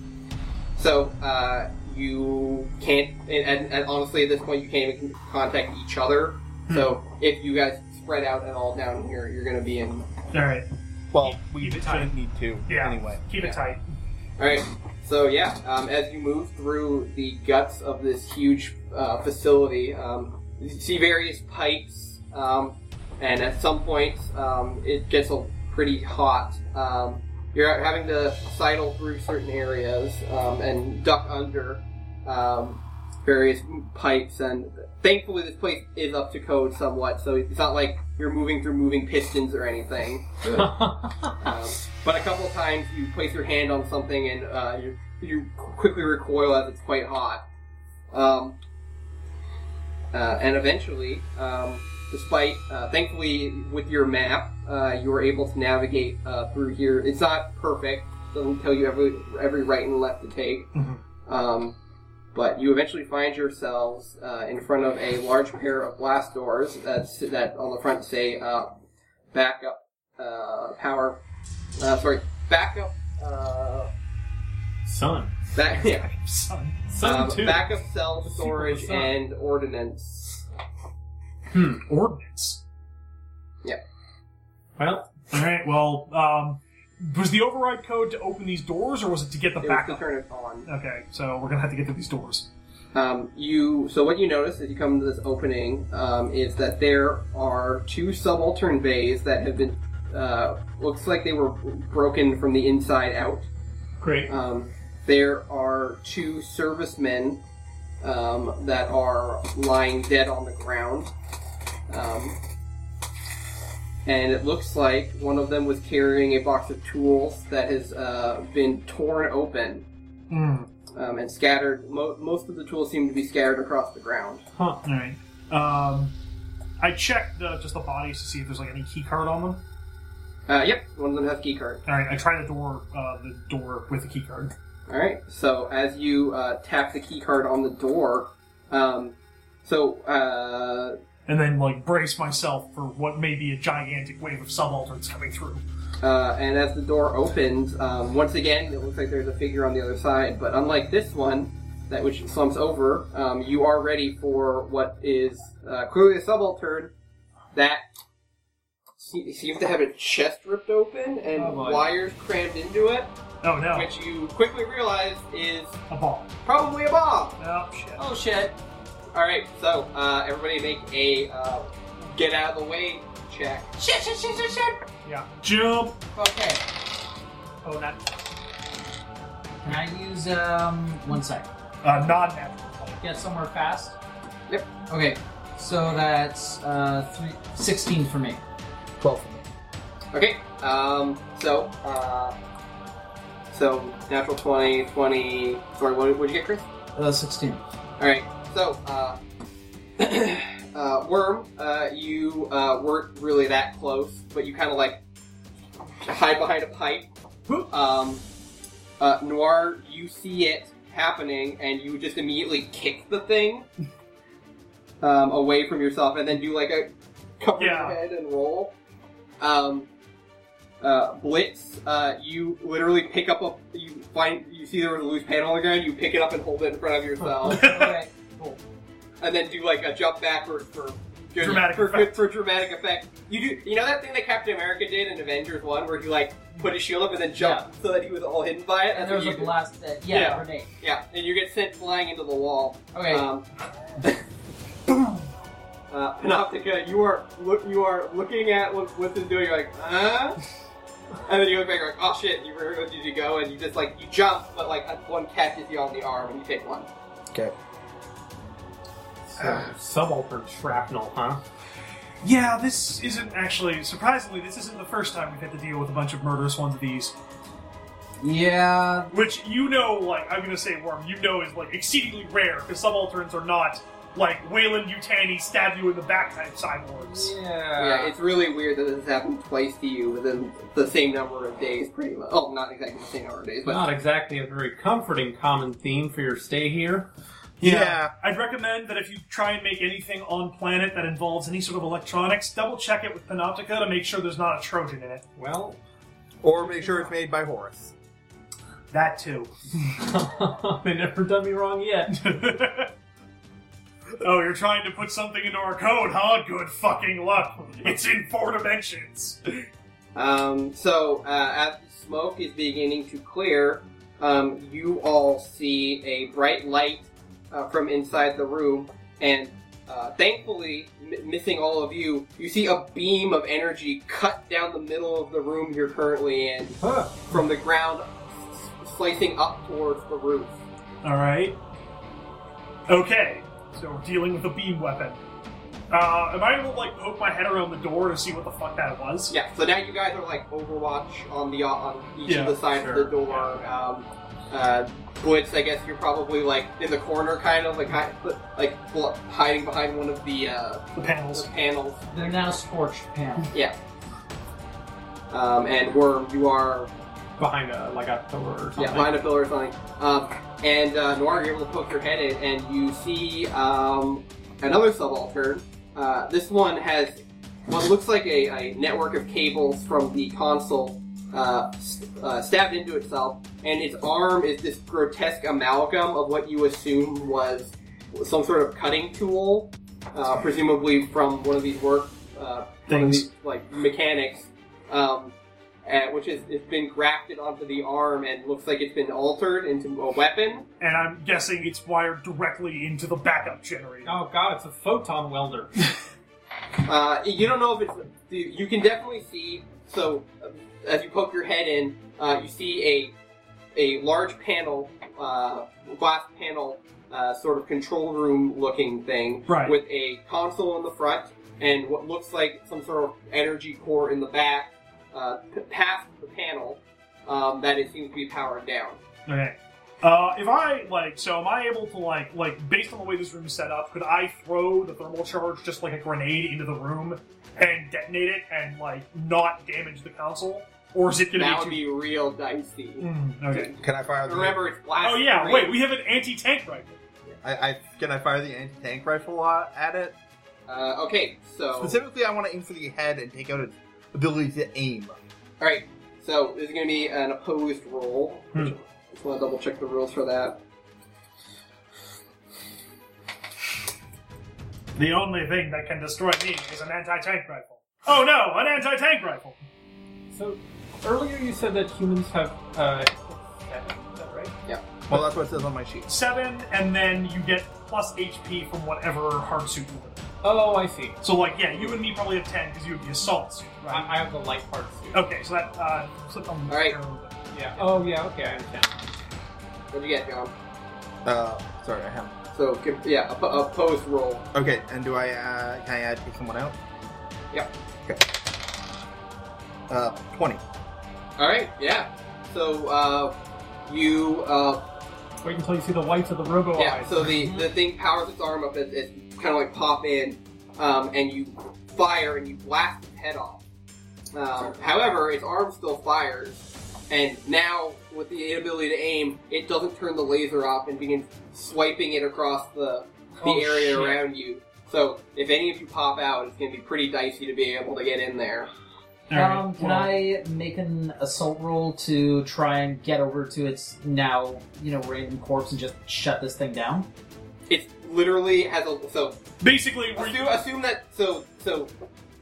Speaker 1: So uh, you can't, and, and, and honestly, at this point, you can't even contact each other. So if you guys spread out at all down here, you're going to be in.
Speaker 2: All right.
Speaker 4: Well, we
Speaker 2: Keep it
Speaker 4: shouldn't
Speaker 2: tight.
Speaker 4: need to.
Speaker 2: Yeah.
Speaker 4: Anyway.
Speaker 2: Keep it tight.
Speaker 1: All right. So yeah, um, as you move through the guts of this huge uh, facility, um, you see various pipes, um, and at some point um, it gets a pretty hot. Um, you're having to sidle through certain areas um, and duck under um, various pipes, and thankfully this place is up to code somewhat, so it's not like you're moving through moving pistons or anything. Um, but a couple of times you place your hand on something and uh, you, you quickly recoil as it's quite hot. Um, uh, and eventually, um, despite, uh, thankfully, with your map, uh, you were able to navigate uh, through here. It's not perfect, doesn't tell you every, every right and left to take. Um, but you eventually find yourselves uh, in front of a large pair of blast doors that's, that on the front say uh, backup uh, power uh, sorry, backup, uh,
Speaker 5: Sun.
Speaker 1: back, yeah,
Speaker 2: Son.
Speaker 5: Sun
Speaker 1: <laughs> um,
Speaker 5: too.
Speaker 1: backup cell
Speaker 5: The sequel to
Speaker 1: storage
Speaker 5: Sun.
Speaker 1: and ordnance.
Speaker 2: Ordnance.
Speaker 1: <sighs>
Speaker 5: Well,
Speaker 2: All right. Well, um, was the override code to open these doors, or was it to get the
Speaker 1: It was to
Speaker 2: backup?
Speaker 1: turn it on.
Speaker 2: Okay, so we're gonna have to get to these doors.
Speaker 1: Um, you so what you notice as you come to this opening um, is that there are two subaltern bays that have been uh, looks like they were broken from the inside out.
Speaker 5: great.
Speaker 1: Um, there are two servicemen um, that are lying dead on the ground. Um, and it looks like one of them was carrying a box of tools that has uh, been torn open
Speaker 2: Mm.
Speaker 1: um, and scattered. Mo- most of the tools seem to be scattered across the ground.
Speaker 5: Huh.
Speaker 2: All right. Um, I checked the, just the bodies to see if there's like any key card on them.
Speaker 1: Uh, yep, one of them has key card.
Speaker 2: All right. I try the door, uh, the door with the key card.
Speaker 1: All right. So as you uh, tap the key card on the door, um, so uh,
Speaker 2: and then like brace myself for what may be a gigantic wave of subalterns coming through.
Speaker 1: Uh, and as the door opens, um, once again, it looks like there's a figure on the other side. But unlike this one, that which slumps over, um, you are ready for what is uh, clearly a subaltern that se- seems to have its chest ripped open and
Speaker 3: Oh, boy.
Speaker 1: wires crammed into it,
Speaker 2: Oh no,
Speaker 1: which you quickly realize is
Speaker 2: a ball.
Speaker 1: probably a bomb.
Speaker 2: Oh shit.
Speaker 1: Oh shit! All right, so uh, everybody make a uh, get out of the way check. Shit! Shit! Shit! Shit! Shit!
Speaker 2: Yeah. Jump.
Speaker 1: Okay.
Speaker 2: Oh, not
Speaker 3: Can I use um one sec?
Speaker 2: uh, non natural.
Speaker 3: Get somewhere fast.
Speaker 1: Yep.
Speaker 3: Okay, so that's uh three, 16 for me.
Speaker 4: Twelve.
Speaker 1: Okay, um, so, uh, so natural 20, 20, sorry, what did you get, Chris?
Speaker 3: Uh, 16.
Speaker 1: Alright, so, uh, <clears throat> uh, Worm, uh, you, uh, weren't really that close, but you kind of, like, hide behind a pipe.
Speaker 2: Whoop.
Speaker 1: Um, uh, Noir, you see it happening, and you just immediately kick the thing, um, away from yourself, and then do, like, a cover
Speaker 2: Yeah.
Speaker 1: your head and roll. Um, uh, blitz, uh, you literally pick up a. You find you see there was a loose panel on the ground. You pick it up and hold it in front of <laughs> yourself,
Speaker 3: Alright, cool.
Speaker 1: and then do like a jump backwards for good,
Speaker 2: Dramatic
Speaker 1: for,
Speaker 2: effect.
Speaker 1: for dramatic effect. You do you know that thing that Captain America did in Avengers One, where he like put his shield up and then jumped so that he was all hidden by it.
Speaker 3: And
Speaker 1: That's what
Speaker 3: there was a
Speaker 1: you do.
Speaker 3: blast that, yeah,
Speaker 1: Yeah.
Speaker 3: grenade.
Speaker 1: Yeah, and you get sent flying into the wall.
Speaker 3: Okay,
Speaker 1: Um, <laughs> uh, Panoptica, you are look, you are looking at what what this is doing. You're like, huh? And then you look back, you're like, oh shit! You where did you go? And you just like you jump, but like one catches you on the arm, and you take one.
Speaker 6: Okay.
Speaker 5: Subaltern shrapnel, huh?
Speaker 2: Yeah, this isn't actually surprisingly. This isn't the first time we've had to deal with a bunch of murderous ones of these.
Speaker 3: yeah,
Speaker 2: Which you know, like I'm gonna say, worm, you know, is like exceedingly rare because subalterns are not like Wayland Yutani stab you in the back type cyborgs.
Speaker 5: Uh,
Speaker 1: yeah, it's really weird that this has happened twice to you within the same number of days, pretty much. Oh, not exactly the same number of days, but
Speaker 5: Not exactly a very comforting common theme for your stay here.
Speaker 4: Yeah.
Speaker 2: I'd recommend that if you try and make anything on planet that involves any sort of electronics, double check it with Panoptica to make sure there's not a Trojan in it.
Speaker 5: Well, <laughs>
Speaker 4: Or make sure it's made by Horus.
Speaker 2: That too. <laughs>
Speaker 5: they never done me wrong yet.
Speaker 2: oh, you're trying to put something into our code, huh? Good fucking luck. It's in four dimensions.
Speaker 1: Um, so, uh, as the smoke is beginning to clear, um, you all see a bright light uh, from inside the room, and uh, thankfully, m- missing all of you, you see a beam of energy cut down the middle of the room you're currently in
Speaker 5: Huh.
Speaker 1: from the ground, s- slicing up towards the roof.
Speaker 2: All right. Okay, so we're dealing with a beam weapon. Uh, am I able to like poke my head around the door to see what the fuck that was?
Speaker 1: Yeah, so now you guys are like Overwatch on the on each
Speaker 2: Yeah,
Speaker 1: of the sides
Speaker 5: sure,
Speaker 1: of the door. Um, uh, Blitz, I guess you're probably like in the corner, kind of like hi- like bl- hiding behind one of the, uh,
Speaker 2: The
Speaker 1: the
Speaker 2: panels.
Speaker 1: panels.
Speaker 3: they're now scorched panel.
Speaker 1: Um, and Worm, you are
Speaker 5: Behind a like a pillar or something.
Speaker 1: yeah behind a pillar or something. Um, and uh, Noir, you're able to poke your head in, and you see um, another subaltern. Uh, this one has what looks like a, a network of cables from the console uh, st- uh, stabbed into itself, and its arm is this grotesque amalgam of what you assume was some sort of cutting tool, uh, presumably from one of these work uh, one of
Speaker 2: Things.
Speaker 1: these, like mechanics, um, uh, which is it's been grafted onto the arm and looks like it's been altered into a weapon.
Speaker 2: And I'm guessing it's wired directly into the backup generator.
Speaker 5: Oh god, it's a photon welder.
Speaker 1: Uh, you don't know if it's. You you can definitely see. So, uh, as you poke your head in, uh, you see a a large panel, uh, glass panel, uh, sort of control room looking thing,
Speaker 2: Right.
Speaker 1: with a console in the front and what looks like some sort of energy core in the back, uh, p- past the panel um, that it seems to be powered down.
Speaker 2: Okay. Uh, if I like, so am I able to like, like based on the way this room's set up, could I throw the thermal charge just like a grenade into the room and detonate it and like not damage the console, or is it gonna
Speaker 1: That
Speaker 2: be?
Speaker 1: would
Speaker 2: Too-
Speaker 1: be real dicey.
Speaker 2: Mm, okay.
Speaker 4: Can I fire the?
Speaker 1: Remember, it's blast.
Speaker 2: Oh yeah.
Speaker 1: free.
Speaker 2: Wait, we have an anti-tank rifle.
Speaker 4: I, I can I fire the anti-tank rifle a- at it?
Speaker 1: Uh, okay, so
Speaker 4: Specifically, I want to aim for the head and take out its ability to aim.
Speaker 1: All right, so this is going to be an opposed roll.
Speaker 2: Hmm.
Speaker 1: Just want to double check the rules for that.
Speaker 2: The only thing that can destroy me is an anti-tank rifle. Oh no, an anti-tank rifle.
Speaker 5: so earlier you said that humans have uh seven, is that right?
Speaker 4: Well, that's what it says on my sheet.
Speaker 2: Seven, and then you get plus HP from whatever hard suit you wear.
Speaker 5: Oh I see.
Speaker 2: So like, yeah, you and me probably have ten because you have the assault suit, right?
Speaker 5: I, I have the light part suit.
Speaker 2: Okay, so that uh, click on the
Speaker 1: All right.
Speaker 2: arrow there.
Speaker 5: Yeah. Oh yeah, okay, I understand.
Speaker 1: What'd you get, John?
Speaker 4: Uh, sorry, I haven't.
Speaker 1: So give- yeah, op- opposed roll.
Speaker 4: Okay, and do I uh, can I add take someone out?
Speaker 1: Yep.
Speaker 4: Okay. Uh, twenty.
Speaker 1: All right, yeah. So uh, you uh,
Speaker 5: Wait until you see the whites of the robo
Speaker 1: yeah.
Speaker 5: eyes.
Speaker 1: So the the thing powers its arm up. It, it kind of like pop in, um, and you fire and you blast its head off. Um, however, its arm still fires, and now with the inability to aim, it doesn't turn the laser off and begins swiping it across the the
Speaker 5: Oh,
Speaker 1: area
Speaker 5: shit.
Speaker 1: around you. So if any of you pop out, it's going to be pretty dicey to be able to get in there.
Speaker 2: Alright,
Speaker 3: um, can
Speaker 2: well,
Speaker 3: I make an assault roll to try and get over to its now, you know, random corpse and just shut this thing down?
Speaker 1: It's literally has a so
Speaker 2: Basically, we're
Speaker 1: assume, assume that so so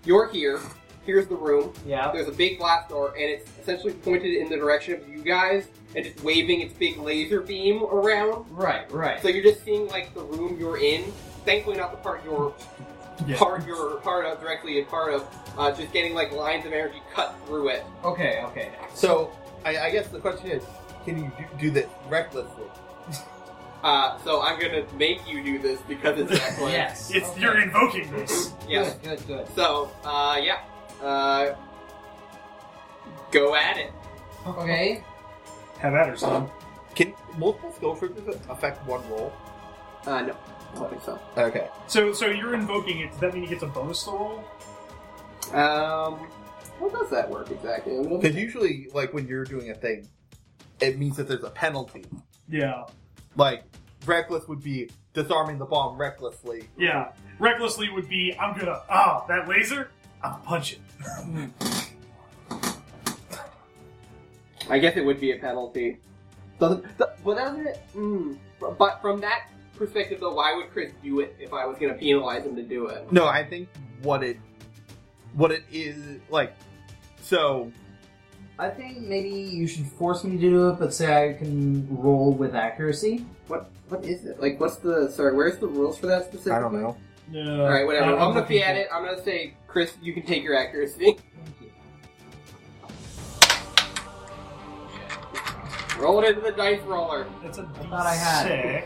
Speaker 1: you're here. Here's the room.
Speaker 3: Yeah.
Speaker 1: There's a big glass door, and it's essentially pointed in the direction of you guys, and just waving its big laser beam around.
Speaker 3: Right, right.
Speaker 1: So you're just seeing like the room you're in. Thankfully, not the part you're
Speaker 2: Yeah.
Speaker 1: part you're part of directly and part of. Uh, just getting like lines of energy cut through it.
Speaker 3: Okay, okay.
Speaker 4: So, I, I guess the question is, can you do, do this recklessly?
Speaker 1: Uh, so I'm gonna make you do this because it's
Speaker 3: <laughs>
Speaker 1: excellent.
Speaker 3: Yes.
Speaker 2: It's
Speaker 3: okay.
Speaker 2: you're invoking this.
Speaker 1: Yeah.
Speaker 3: Good, good, good.
Speaker 1: So uh, yeah. Uh, go at it.
Speaker 3: Okay.
Speaker 2: Have at her, son.
Speaker 4: Can multiple skill triggers affect one roll?
Speaker 1: Uh, no, I don't think so.
Speaker 4: Okay.
Speaker 2: So, so you're invoking it. Does that mean he gets a bonus to the roll?
Speaker 1: Um, how does that work exactly? I'm gonna-
Speaker 4: Because usually, like when you're doing a thing, it means that there's a penalty.
Speaker 2: Yeah.
Speaker 4: Like reckless would be disarming the bomb recklessly.
Speaker 2: Yeah. Recklessly would be, I'm gonna, ah, that laser? I'm gonna punch it.
Speaker 1: I guess it would be a penalty. Doesn't, th- but doesn't it? Mm, but from that perspective, though, why would Chris do it if I was going to penalize him to do it?
Speaker 4: No, I think what it what it is like. So
Speaker 3: I think maybe you should force me to do it, but say I can roll with accuracy.
Speaker 1: What what is it? Like, what's the sorry? Where's the rules for that specifically?
Speaker 2: Yeah.
Speaker 1: All right, whatever. I'm gonna be at it. I'm gonna say, Chris, you can take your accuracy. Roll it into the dice roller.
Speaker 2: That's a D6.
Speaker 3: thought I had.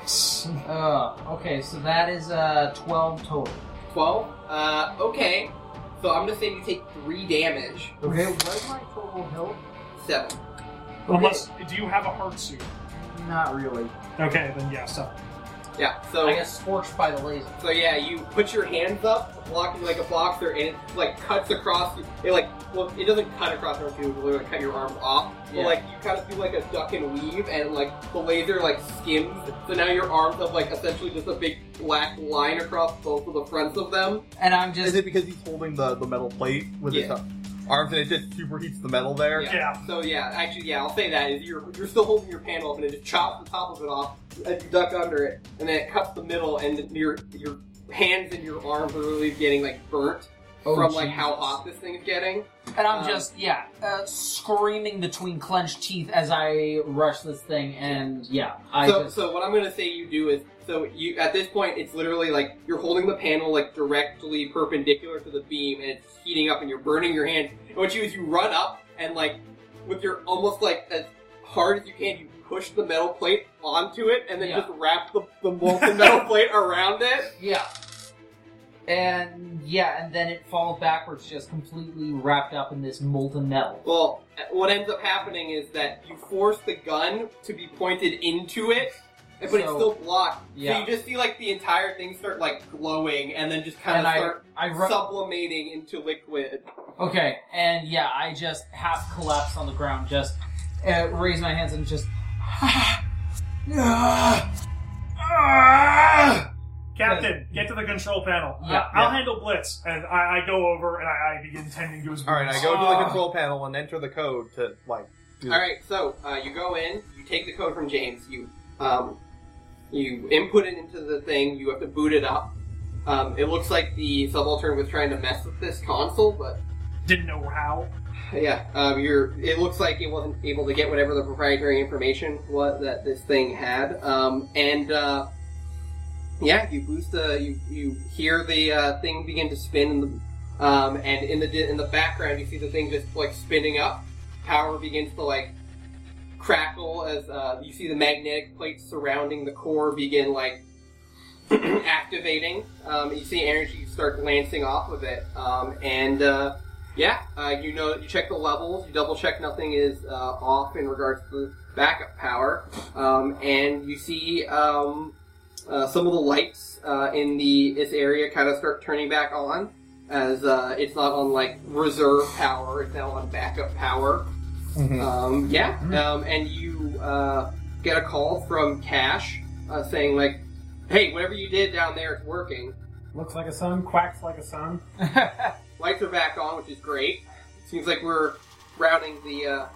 Speaker 3: Uh, okay, so that is uh, 12 total.
Speaker 1: Twelve. Uh, okay. So I'm gonna say you take three damage.
Speaker 3: Okay, what is my total health?
Speaker 1: Seven.
Speaker 2: Unless, do you have a heart suit?
Speaker 3: Not really.
Speaker 2: Okay, then yeah, so.
Speaker 1: Yeah. So
Speaker 3: I got scorched by the laser.
Speaker 1: So yeah, you put your hands up, blocking like a boxer, and it like cuts across. It like well, it doesn't cut across your arms; it like cut your arms off.
Speaker 3: Yeah.
Speaker 1: But like you kind of do like a duck and weave, and like the laser like skims. So now your arms have like essentially just a big black line across both of the fronts of them.
Speaker 3: And I'm
Speaker 4: is
Speaker 3: just.
Speaker 4: it because he's holding the the metal plate with his uh,
Speaker 1: Yeah.
Speaker 4: arms and it just superheats the metal there?
Speaker 1: Yeah.
Speaker 2: Yeah.
Speaker 1: So yeah, actually yeah, I'll say that is you're you're still holding your panel up, and it just chops the top of it off as you duck under it, and then it cuts the middle, and your your hands and your arms are really getting like burnt
Speaker 3: Oh,
Speaker 1: from like how
Speaker 3: Jesus.
Speaker 1: hot this thing's getting.
Speaker 3: And I'm
Speaker 1: Um,
Speaker 3: just, yeah, uh, screaming between clenched teeth as I rush this thing, and yeah, I
Speaker 1: so,
Speaker 3: just.
Speaker 1: so what I'm gonna say you do is so you at this point it's literally like you're holding the panel like directly perpendicular to the beam and it's heating up and you're burning your hands. And what you do is you run up and like with your almost like as hard as you can you push the metal plate onto it and then
Speaker 3: Yeah.
Speaker 1: just wrap the, the molten <laughs> metal plate around it.
Speaker 3: Yeah. And yeah, and then it falls backwards, just completely wrapped up in this molten metal.
Speaker 1: Well, what ends up happening is that you force the gun to be pointed into it. But it's
Speaker 3: So-
Speaker 1: still blocked.
Speaker 3: yeah.
Speaker 1: So you just see like the entire thing start like glowing, and then just kind
Speaker 3: And
Speaker 1: of start
Speaker 3: I, I run.
Speaker 1: sublimating into liquid.
Speaker 3: Okay, and yeah, I just half collapse on the ground, just uh, raise my hands and just.
Speaker 2: Captain, get to the control panel.
Speaker 3: Yeah,
Speaker 2: I- I'll
Speaker 4: yeah.
Speaker 2: handle Blitz. And I, I go over and I, I begin tending to his
Speaker 4: All right,
Speaker 2: wounds.
Speaker 4: I go to the
Speaker 3: Ah.
Speaker 4: control panel and enter the code to like. Do
Speaker 1: All right, so uh, you go in, you take the code from James, you um, you input it into the thing, you have to boot it up. Um, it looks like the subaltern was trying to mess with this console, but
Speaker 2: Didn't know how.
Speaker 1: yeah, um, you're. It looks like it wasn't able to get whatever the proprietary information was that this thing had. Um, and uh, yeah, you boost. Uh, you you hear the uh, thing begin to spin, in the, um, and in the di- in the background you see the thing just like spinning up. Power begins to like crackle as uh, you see the magnetic plates surrounding the core begin like <clears throat> activating. Um, you see energy start lancing off of it, um, and. Uh, yeah, uh, you know, you check the levels, you double check nothing is uh, off in regards to the backup power, um, and you see um, uh, some of the lights uh, in the this area kind of start turning back on, as uh, it's not on like reserve power, it's now on backup power.
Speaker 4: Uh,
Speaker 1: Um, yeah, um, and you uh, get a call from Cash uh, saying like, "Hey, whatever you did down there, it's working.
Speaker 5: Looks like a sun, quacks like a sun.
Speaker 1: Lights are back on, which is great." Seems like we're rounding the uh,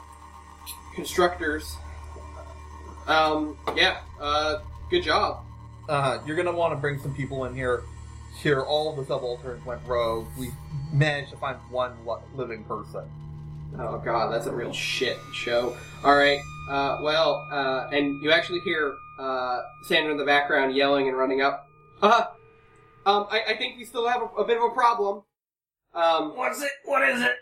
Speaker 1: constructors. Um, yeah, uh, good job.
Speaker 4: Uh, you're gonna want to bring some people in here. Here, all the subalterns went rogue. We managed to find one li- living person.
Speaker 1: Oh god, that's a real shit show. All right, uh, well, uh, and you actually hear uh, Sandra in the background yelling and running up. <laughs> Uh, um, I, I think we still have a, a bit of a problem. Um,
Speaker 2: What's it? What is it?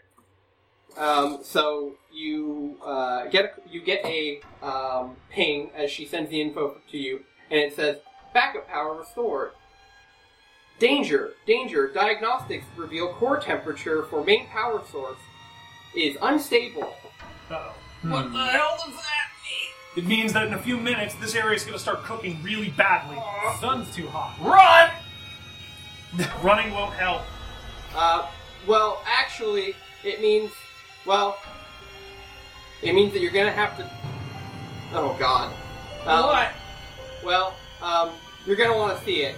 Speaker 1: um, so you uh, get a, you get a um, ping as she sends the info to you, and it says backup power restored. Danger, danger! Diagnostics reveal core temperature for main power source is unstable.
Speaker 2: Uh-oh.
Speaker 5: What
Speaker 2: the hell does that mean? It means that in a few minutes, this area is going to start cooking really badly. <laughs>
Speaker 5: Sun's too hot.
Speaker 2: Run! Running won't help.
Speaker 1: Uh, well, actually, it means, well, it means that you're gonna have to. Oh God. Um,
Speaker 2: what?
Speaker 1: Well, um, you're gonna want to see it.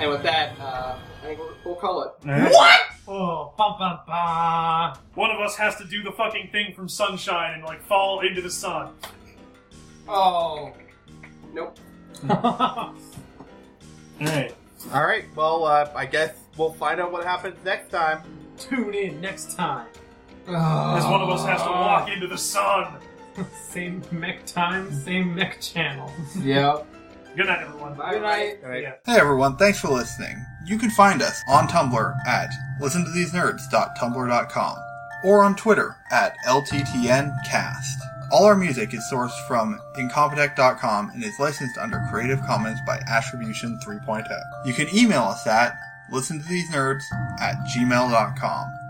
Speaker 1: And with that, uh, I think we'll, we'll call it.
Speaker 2: What?
Speaker 5: Oh, bum bum bum.
Speaker 2: One of us has to do the fucking thing from sunshine and like fall into the sun.
Speaker 5: Oh.
Speaker 1: Nope.
Speaker 5: Hmm.
Speaker 2: All right.
Speaker 4: All right. Well, uh, I guess we'll find out what happens next time.
Speaker 5: <laughs> Tune in next time. <laughs>
Speaker 2: As one of us has to
Speaker 4: Ah.
Speaker 2: walk into the sun.
Speaker 5: same mech time, same mech channel.
Speaker 3: Yep.
Speaker 2: Good night, everyone.
Speaker 1: Good night.
Speaker 4: Right.
Speaker 2: Yeah.
Speaker 6: Hey everyone, thanks for listening. You can find us on Tumblr at listentothesenerds.tumblr.com or on Twitter at LTTNcast. All our music is sourced from incompetech.com and is licensed under Creative Commons by oh. Attribution 3.0. You can email us at listentothesenerds at gmail.com.